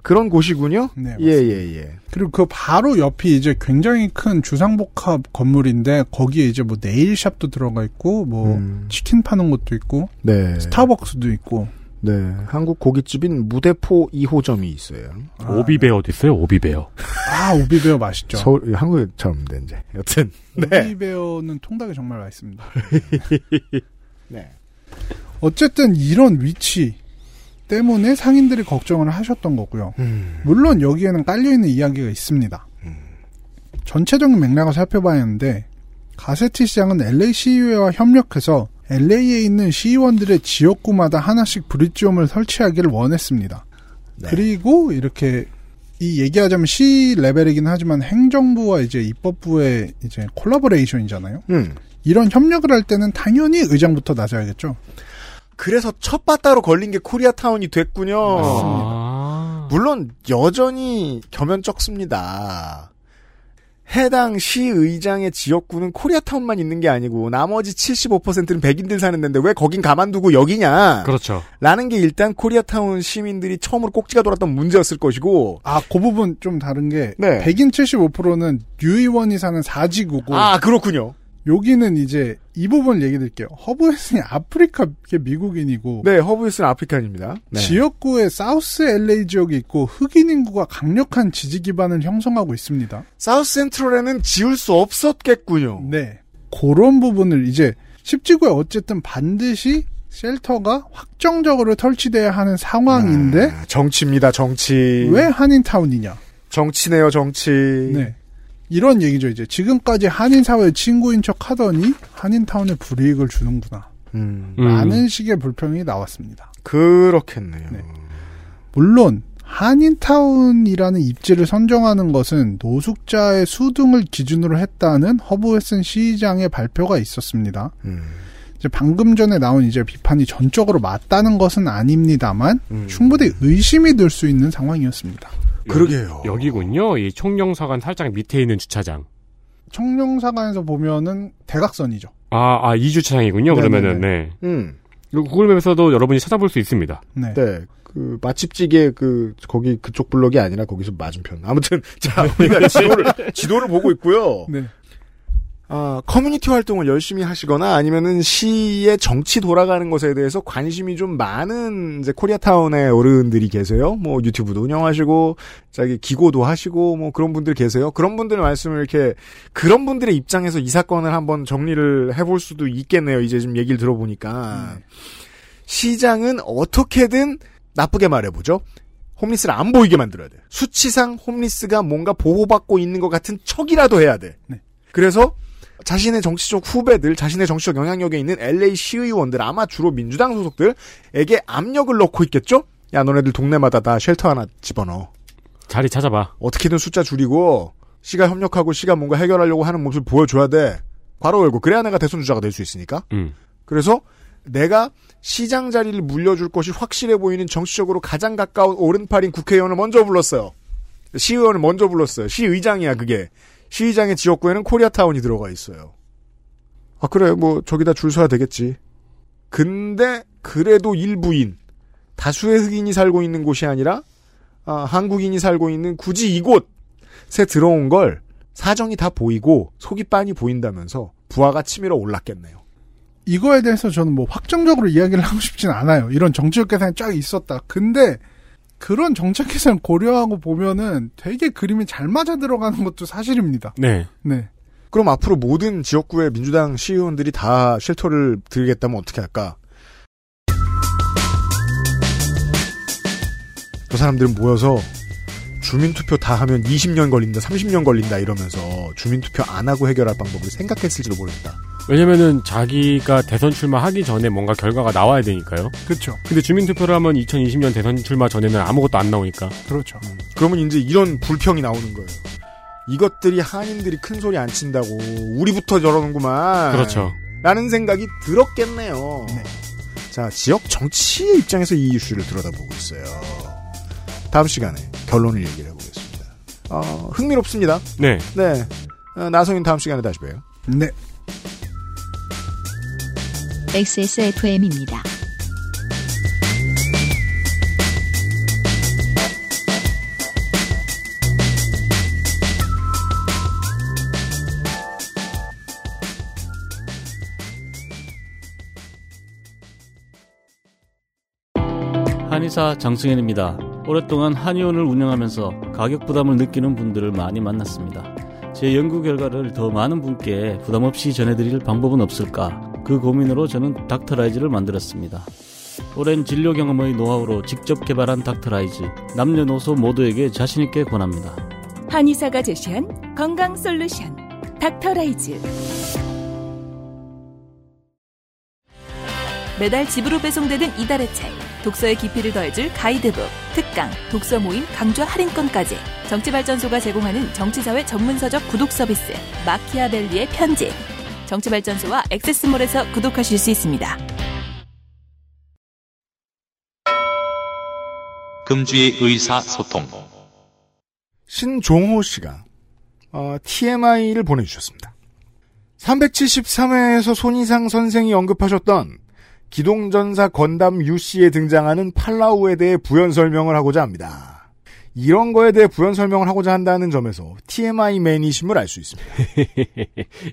Speaker 2: 그런 곳이군요?
Speaker 9: 네,
Speaker 2: 예, 예, 예.
Speaker 9: 그리고 그 바로 옆이 이제 굉장히 큰 주상복합 건물인데 거기에 이제 뭐 네일샵도 들어가 있고 뭐 치킨 파는 곳도 있고
Speaker 2: 음. 네.
Speaker 9: 스타벅스도 있고
Speaker 2: 네. 한국 고깃집인 무대포 2호점이 있어요.
Speaker 3: 아. 오비베어도 있어요. 오비베어.
Speaker 9: 아 오비베어 맛있죠.
Speaker 2: 서울, 예, 한국에 잘 없는데, 이제. 여튼. 네.
Speaker 9: 오비베어는 통닭이 정말 맛있습니다.
Speaker 2: 네.
Speaker 9: 어쨌든 이런 위치 때문에 상인들이 걱정을 하셨던 거고요.
Speaker 2: 음.
Speaker 9: 물론 여기에는 깔려있는 이야기가 있습니다. 전체적인 맥락을 살펴봐야 하는데 가세티 시장은 LACU와 협력해서 LA에 있는 시의원들의 지역구마다 하나씩 브릿지홈을 설치하기를 원했습니다.
Speaker 2: 네.
Speaker 9: 그리고 이렇게 이 얘기하자면 시 레벨이긴 하지만 행정부와 이제 입법부의 이제 콜라보레이션이잖아요.
Speaker 2: 음.
Speaker 9: 이런 협력을 할 때는 당연히 의장부터 나서야겠죠.
Speaker 2: 그래서 첫 바따로 걸린 게 코리아타운이 됐군요.
Speaker 3: 아.
Speaker 2: 물론 여전히 겸연쩍습니다. 해당 시의장의 지역구는 코리아타운만 있는 게 아니고 나머지 75%는 백인들 사는 데인데 왜 거긴 가만두고 여기냐?
Speaker 3: 그렇죠.
Speaker 2: 라는 게 일단 코리아타운 시민들이 처음으로 꼭지가 돌았던 문제였을 것이고
Speaker 9: 아, 그 부분 좀 다른 게
Speaker 2: 네.
Speaker 9: 백인 75%는 유의원이 사는 4지구고
Speaker 2: 아, 그렇군요.
Speaker 9: 여기는 이제 이 부분을 얘기 드릴게요. 허브웨슨이 아프리카 이게 미국인이고
Speaker 2: 네, 허브웨슨 아프리칸입니다. 네.
Speaker 9: 지역구에 사우스 LA 지역이 있고 흑인 인구가 강력한 지지 기반을 형성하고 있습니다.
Speaker 2: 사우스 센트럴에는 지울 수 없었겠군요.
Speaker 9: 네. 그런 부분을 이제 10지구에 어쨌든 반드시 쉘터가 확정적으로 설치돼야 하는 상황인데
Speaker 2: 네. 아, 정치입니다, 정치.
Speaker 9: 왜 한인타운이냐?
Speaker 2: 정치네요, 정치.
Speaker 9: 네. 이런 얘기죠, 이제. 지금까지 한인사회의 친구인 척 하더니 한인타운에 불이익을 주는구나.
Speaker 2: 음.
Speaker 9: 라는 식의 불평이 나왔습니다.
Speaker 2: 그렇겠네요.
Speaker 9: 물론, 한인타운이라는 입지를 선정하는 것은 노숙자의 수 등을 기준으로 했다는 허브웨슨 시장의 발표가 있었습니다.
Speaker 2: 음.
Speaker 9: 이제 방금 전에 나온 이제 비판이 전적으로 맞다는 것은 아닙니다만
Speaker 2: 음.
Speaker 9: 충분히 의심이 들 수 있는 상황이었습니다.
Speaker 2: 그러게요.
Speaker 3: 여기군요. 이 총영사관 살짝 밑에 있는 주차장.
Speaker 9: 청룡사관에서 보면은 대각선이죠.
Speaker 3: 아, 아, 이 주차장이군요. 그러면은, 네.
Speaker 2: 음.
Speaker 3: 이거 구글맵에서도 여러분이 찾아볼 수 있습니다.
Speaker 9: 네.
Speaker 2: 그 맛집찌개 그 거기 그쪽 블럭이 [LAUGHS] 아니라 거기서 맞은편. 아무튼 자 우리가 지도를 지도를 보고 있고요.
Speaker 9: 네.
Speaker 2: 어, 커뮤니티 활동을 열심히 하시거나 아니면은 시의 정치 돌아가는 것에 대해서 관심이 좀 많은 이제 코리아타운의 어른들이 계세요. 뭐 유튜브도 운영하시고 자기 기고도 하시고 뭐 그런 분들 계세요. 그런 분들 말씀을 이렇게 그런 분들의 입장에서 이 사건을 한번 정리를 해볼 수도 있겠네요. 이제 좀 얘기를 들어보니까 시장은 어떻게든 나쁘게 말해보죠. 홈리스를 안 보이게 만들어야 돼. 수치상 홈리스가 뭔가 보호받고 있는 것 같은 척이라도 해야 돼. 그래서 자신의 정치적 후배들, 자신의 정치적 영향력에 있는 LA 시의원들, 아마 주로 민주당 소속들에게 압력을 넣고 있겠죠? 야, 너네들 동네마다 다 쉘터 하나 집어넣어.
Speaker 3: 자리 찾아봐.
Speaker 2: 어떻게든 숫자 줄이고, 시가 협력하고 시가 뭔가 해결하려고 하는 모습을 보여줘야 돼. 괄호 열고. 그래야 내가 대선주자가 될 수 있으니까.
Speaker 3: 음.
Speaker 2: 그래서 내가 시장 자리를 물려줄 것이 확실해 보이는 정치적으로 가장 가까운 오른팔인 국회의원을 먼저 불렀어요. 시의원을 먼저 불렀어요. 시의장이야 그게. 시의장의 지역구에는 코리아타운이 들어가 있어요. 아 그래 뭐 저기다 줄 서야 되겠지. 근데 그래도 일부인 다수의 흑인이 살고 있는 곳이 아니라 아, 한국인이 살고 있는 굳이 이곳에 들어온 걸 사정이 다 보이고 속이 빤히 보인다면서 부하가 치밀어 올랐겠네요.
Speaker 9: 이거에 대해서 저는 뭐 확정적으로 이야기를 하고 싶진 않아요. 이런 정치적 계산이 쫙 있었다. 근데 그런 정책 계산 고려하고 보면은 되게 그림이 잘 맞아 들어가는 것도 사실입니다.
Speaker 3: 네.
Speaker 9: 네.
Speaker 2: 그럼 앞으로 모든 지역구의 민주당 시의원들이 다 쉘터를 들겠다면 어떻게 할까? 그 사람들은 모여서 주민투표 다 하면 20년 걸린다, 30년 걸린다 이러면서 주민투표 안 하고 해결할 방법을 생각했을지도 모른다.
Speaker 3: 왜냐면은 자기가 대선 출마하기 전에 뭔가 결과가 나와야 되니까요.
Speaker 9: 그렇죠.
Speaker 3: 근데 주민투표를 하면 2020년 대선 출마 전에는 아무것도 안 나오니까.
Speaker 9: 그렇죠.
Speaker 2: 그러면 이제 이런 불평이 나오는 거예요. 이것들이 한인들이 큰 소리 안 친다고 우리부터 저러는구만.
Speaker 3: 그렇죠.
Speaker 2: 라는 생각이 들었겠네요. 자, 지역 정치의 입장에서 이 이슈를 들여다보고 있어요. 다음 시간에 결론을 얘기를 해보겠습니다. 어, 흥미롭습니다.
Speaker 3: 네.
Speaker 2: 네. 어, 나성인 다음 시간에 다시 봬요.
Speaker 9: 네.
Speaker 1: XSFM입니다.
Speaker 12: 한의사 장승현입니다. 오랫동안 한의원을 운영하면서 가격 부담을 느끼는 분들을 많이 만났습니다. 제 연구 결과를 더 많은 분께 부담 없이 전해드릴 방법은 없을까? 그 고민으로 저는 닥터라이즈를 만들었습니다. 오랜 진료 경험의 노하우로 직접 개발한 닥터라이즈. 남녀노소 모두에게 자신있게 권합니다.
Speaker 11: 한의사가 제시한 건강 솔루션 닥터라이즈
Speaker 7: 매달 집으로 배송되는 이달의 책, 독서의 깊이를 더해줄 가이드북, 특강, 독서 모임 강좌 할인권까지 정치발전소가 제공하는 정치사회 전문서적 구독 서비스 마키아벨리의 편지 정치발전소와 액세스몰에서 구독하실 수 있습니다.
Speaker 13: 금주의 의사소통.
Speaker 2: 신종호 씨가 어, TMI를 보내주셨습니다. 373회에서 손이상 선생이 언급하셨던 기동전사 건담 UC에 등장하는 팔라우에 대해 부연 설명을 하고자 합니다. 이런 거에 대해 부연 설명을 하고자 한다는 점에서 TMI 매니심을 알 수 있습니다.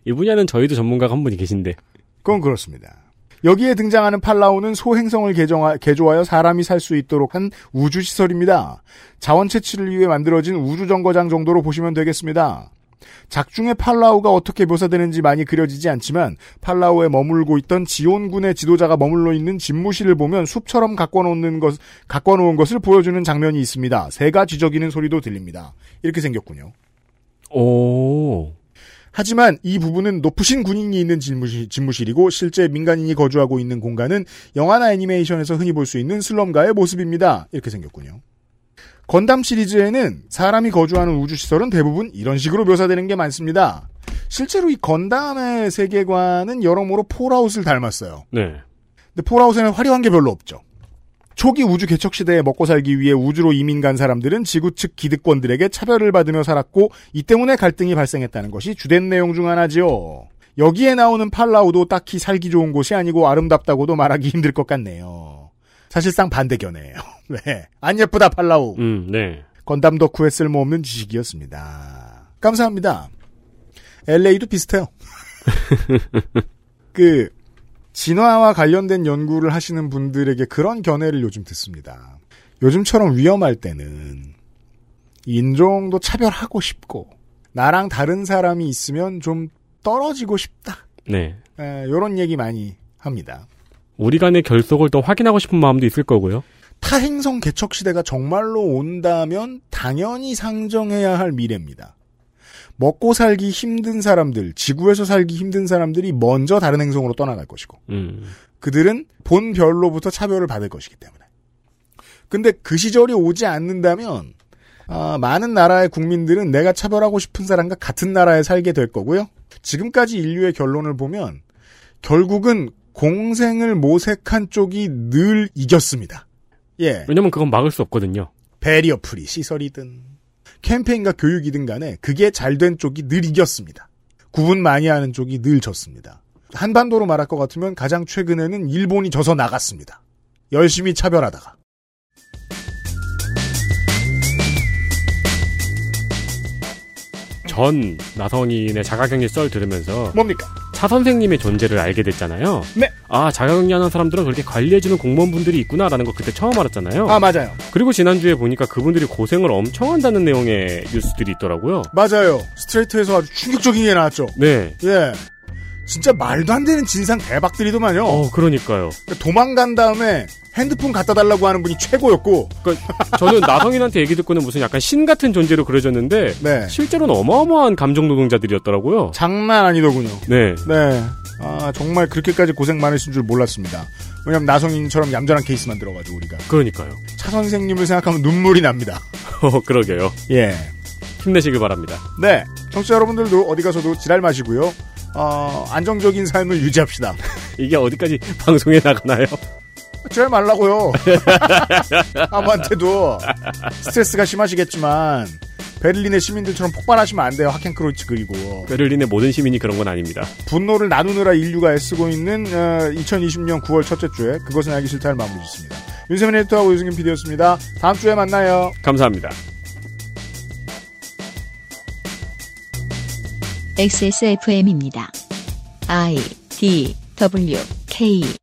Speaker 3: 이 분야는 저희도 전문가가 한 분이 계신데.
Speaker 2: 그건 그렇습니다. 여기에 등장하는 팔라우는 소행성을 개정하- 개조하여 사람이 살 수 있도록 한 우주시설입니다. 자원 채취를 위해 만들어진 우주정거장 정도로 보시면 되겠습니다. 작중의 팔라우가 어떻게 묘사되는지 많이 그려지지 않지만 팔라우에 머물고 있던 지온군의 지도자가 머물러 있는 집무실을 보면 숲처럼 가꿔놓는 것, 가꿔놓은 것을 보여주는 장면이 있습니다. 새가 쥐저기는 소리도 들립니다. 이렇게 생겼군요.
Speaker 3: 오.
Speaker 2: 하지만 이 부분은 높으신 군인이 있는 집무실, 집무실이고 실제 민간인이 거주하고 있는 공간은 영화나 애니메이션에서 흔히 볼 수 있는 슬럼가의 모습입니다. 이렇게 생겼군요. 건담 시리즈에는 사람이 거주하는 우주시설은 대부분 이런 식으로 묘사되는 게 많습니다. 실제로 이 건담의 세계관은 여러모로 폴아웃을 닮았어요.
Speaker 3: 네.
Speaker 2: 근데 폴아웃에는 화려한 게 별로 없죠. 초기 우주 개척 시대에 먹고 살기 위해 우주로 이민 간 사람들은 지구 측 기득권들에게 차별을 받으며 살았고 이 때문에 갈등이 발생했다는 것이 주된 내용 중 하나지요. 여기에 나오는 팔라우도 딱히 살기 좋은 곳이 아니고 아름답다고도 말하기 힘들 것 같네요. 사실상 반대견이에요. [LAUGHS] 네. 안 예쁘다 팔라우.
Speaker 3: 음, 네.
Speaker 2: 건담 덕후에 쓸모없는 지식이었습니다. 감사합니다. LA도 비슷해요. [LAUGHS] 그 진화와 관련된 연구를 하시는 분들에게 그런 견해를 요즘 듣습니다. 요즘처럼 위험할 때는 인종도 차별하고 싶고 나랑 다른 사람이 있으면 좀 떨어지고 싶다.
Speaker 3: 네.
Speaker 2: 이런 얘기 많이 합니다.
Speaker 3: 우리 간의 결속을 더 확인하고 싶은 마음도 있을 거고요.
Speaker 2: 타행성 개척 시대가 정말로 온다면 당연히 상정해야 할 미래입니다. 먹고 살기 힘든 사람들, 지구에서 살기 힘든 사람들이 먼저 다른 행성으로 떠나갈 것이고,
Speaker 3: 음.
Speaker 2: 그들은 본 별로부터 차별을 받을 것이기 때문에. 근데 그 시절이 오지 않는다면, 아, 많은 나라의 국민들은 내가 차별하고 싶은 사람과 같은 나라에 살게 될 거고요. 지금까지 인류의 결론을 보면, 결국은 공생을 모색한 쪽이 늘 이겼습니다. 예.
Speaker 3: 왜냐면 그건 막을 수 없거든요.
Speaker 2: 배리어프리 시설이든 캠페인과 교육이든 간에 그게 잘 된 쪽이 늘 이겼습니다. 구분 많이 하는 쪽이 늘 졌습니다. 한반도로 말할 것 같으면 가장 최근에는 일본이 져서 나갔습니다. 열심히 차별하다가.
Speaker 3: 전 나성인의 자가격리 썰 들으면서
Speaker 2: 뭡니까?
Speaker 3: 차 선생님의 존재를 알게 됐잖아요.
Speaker 2: 네.
Speaker 3: 아 자가격리하는 사람들은 그렇게 관리해주는 공무원분들이 있구나라는 거 그때 처음 알았잖아요.
Speaker 2: 아, 맞아요.
Speaker 3: 그리고 지난주에 보니까 그분들이 고생을 엄청 한다는 내용의 뉴스들이 있더라고요.
Speaker 2: 맞아요. 스트레이트에서 아주 충격적인 게 나왔죠.
Speaker 3: 네.
Speaker 2: 예. 진짜 말도 안 되는 진상 대박들이더만요.
Speaker 3: 어, 그러니까요.
Speaker 2: 도망간 다음에 핸드폰 갖다 달라고 하는 분이 최고였고.
Speaker 3: 저는 나성인한테 얘기 듣고는 무슨 약간 신 같은 존재로 그려졌는데
Speaker 2: 네.
Speaker 3: 실제로는 어마어마한 감정 노동자들이었더라고요.
Speaker 2: 장난 아니더군요.
Speaker 3: 네.
Speaker 2: 네. 아, 정말 그렇게까지 고생 많으신 줄 몰랐습니다. 왜냐면 나성인처럼 얌전한 케이스만 들어가지고 우리가.
Speaker 3: 그러니까요. [LAUGHS]
Speaker 2: 차 선생님을 생각하면 눈물이 납니다.
Speaker 3: 어, 그러게요.
Speaker 2: 예.
Speaker 3: 힘내시길 바랍니다.
Speaker 2: 네. 청취자 여러분들도 어디 가서도 지랄 마시고요. 어, 안정적인 삶을 유지합시다. [LAUGHS]
Speaker 3: 이게 어디까지 [LAUGHS] 방송에 나가나요? [LAUGHS]
Speaker 2: 지랄 말라고요. [LAUGHS] 아무한테도 스트레스가 심하시겠지만 베를린의 시민들처럼 폭발하시면 안 돼요. 하켄크로이츠 그리고.
Speaker 3: 베를린의 모든 시민이 그런 건 아닙니다.
Speaker 2: 분노를 나누느라 인류가 애쓰고 있는 2020년 9월 첫째 주에 그것은 알기 싫다를 마무리 짓습니다. 윤세민 에디터하고 유승균 PD였습니다. 다음 주에 만나요.
Speaker 3: 감사합니다.
Speaker 1: XSFM입니다. I D W K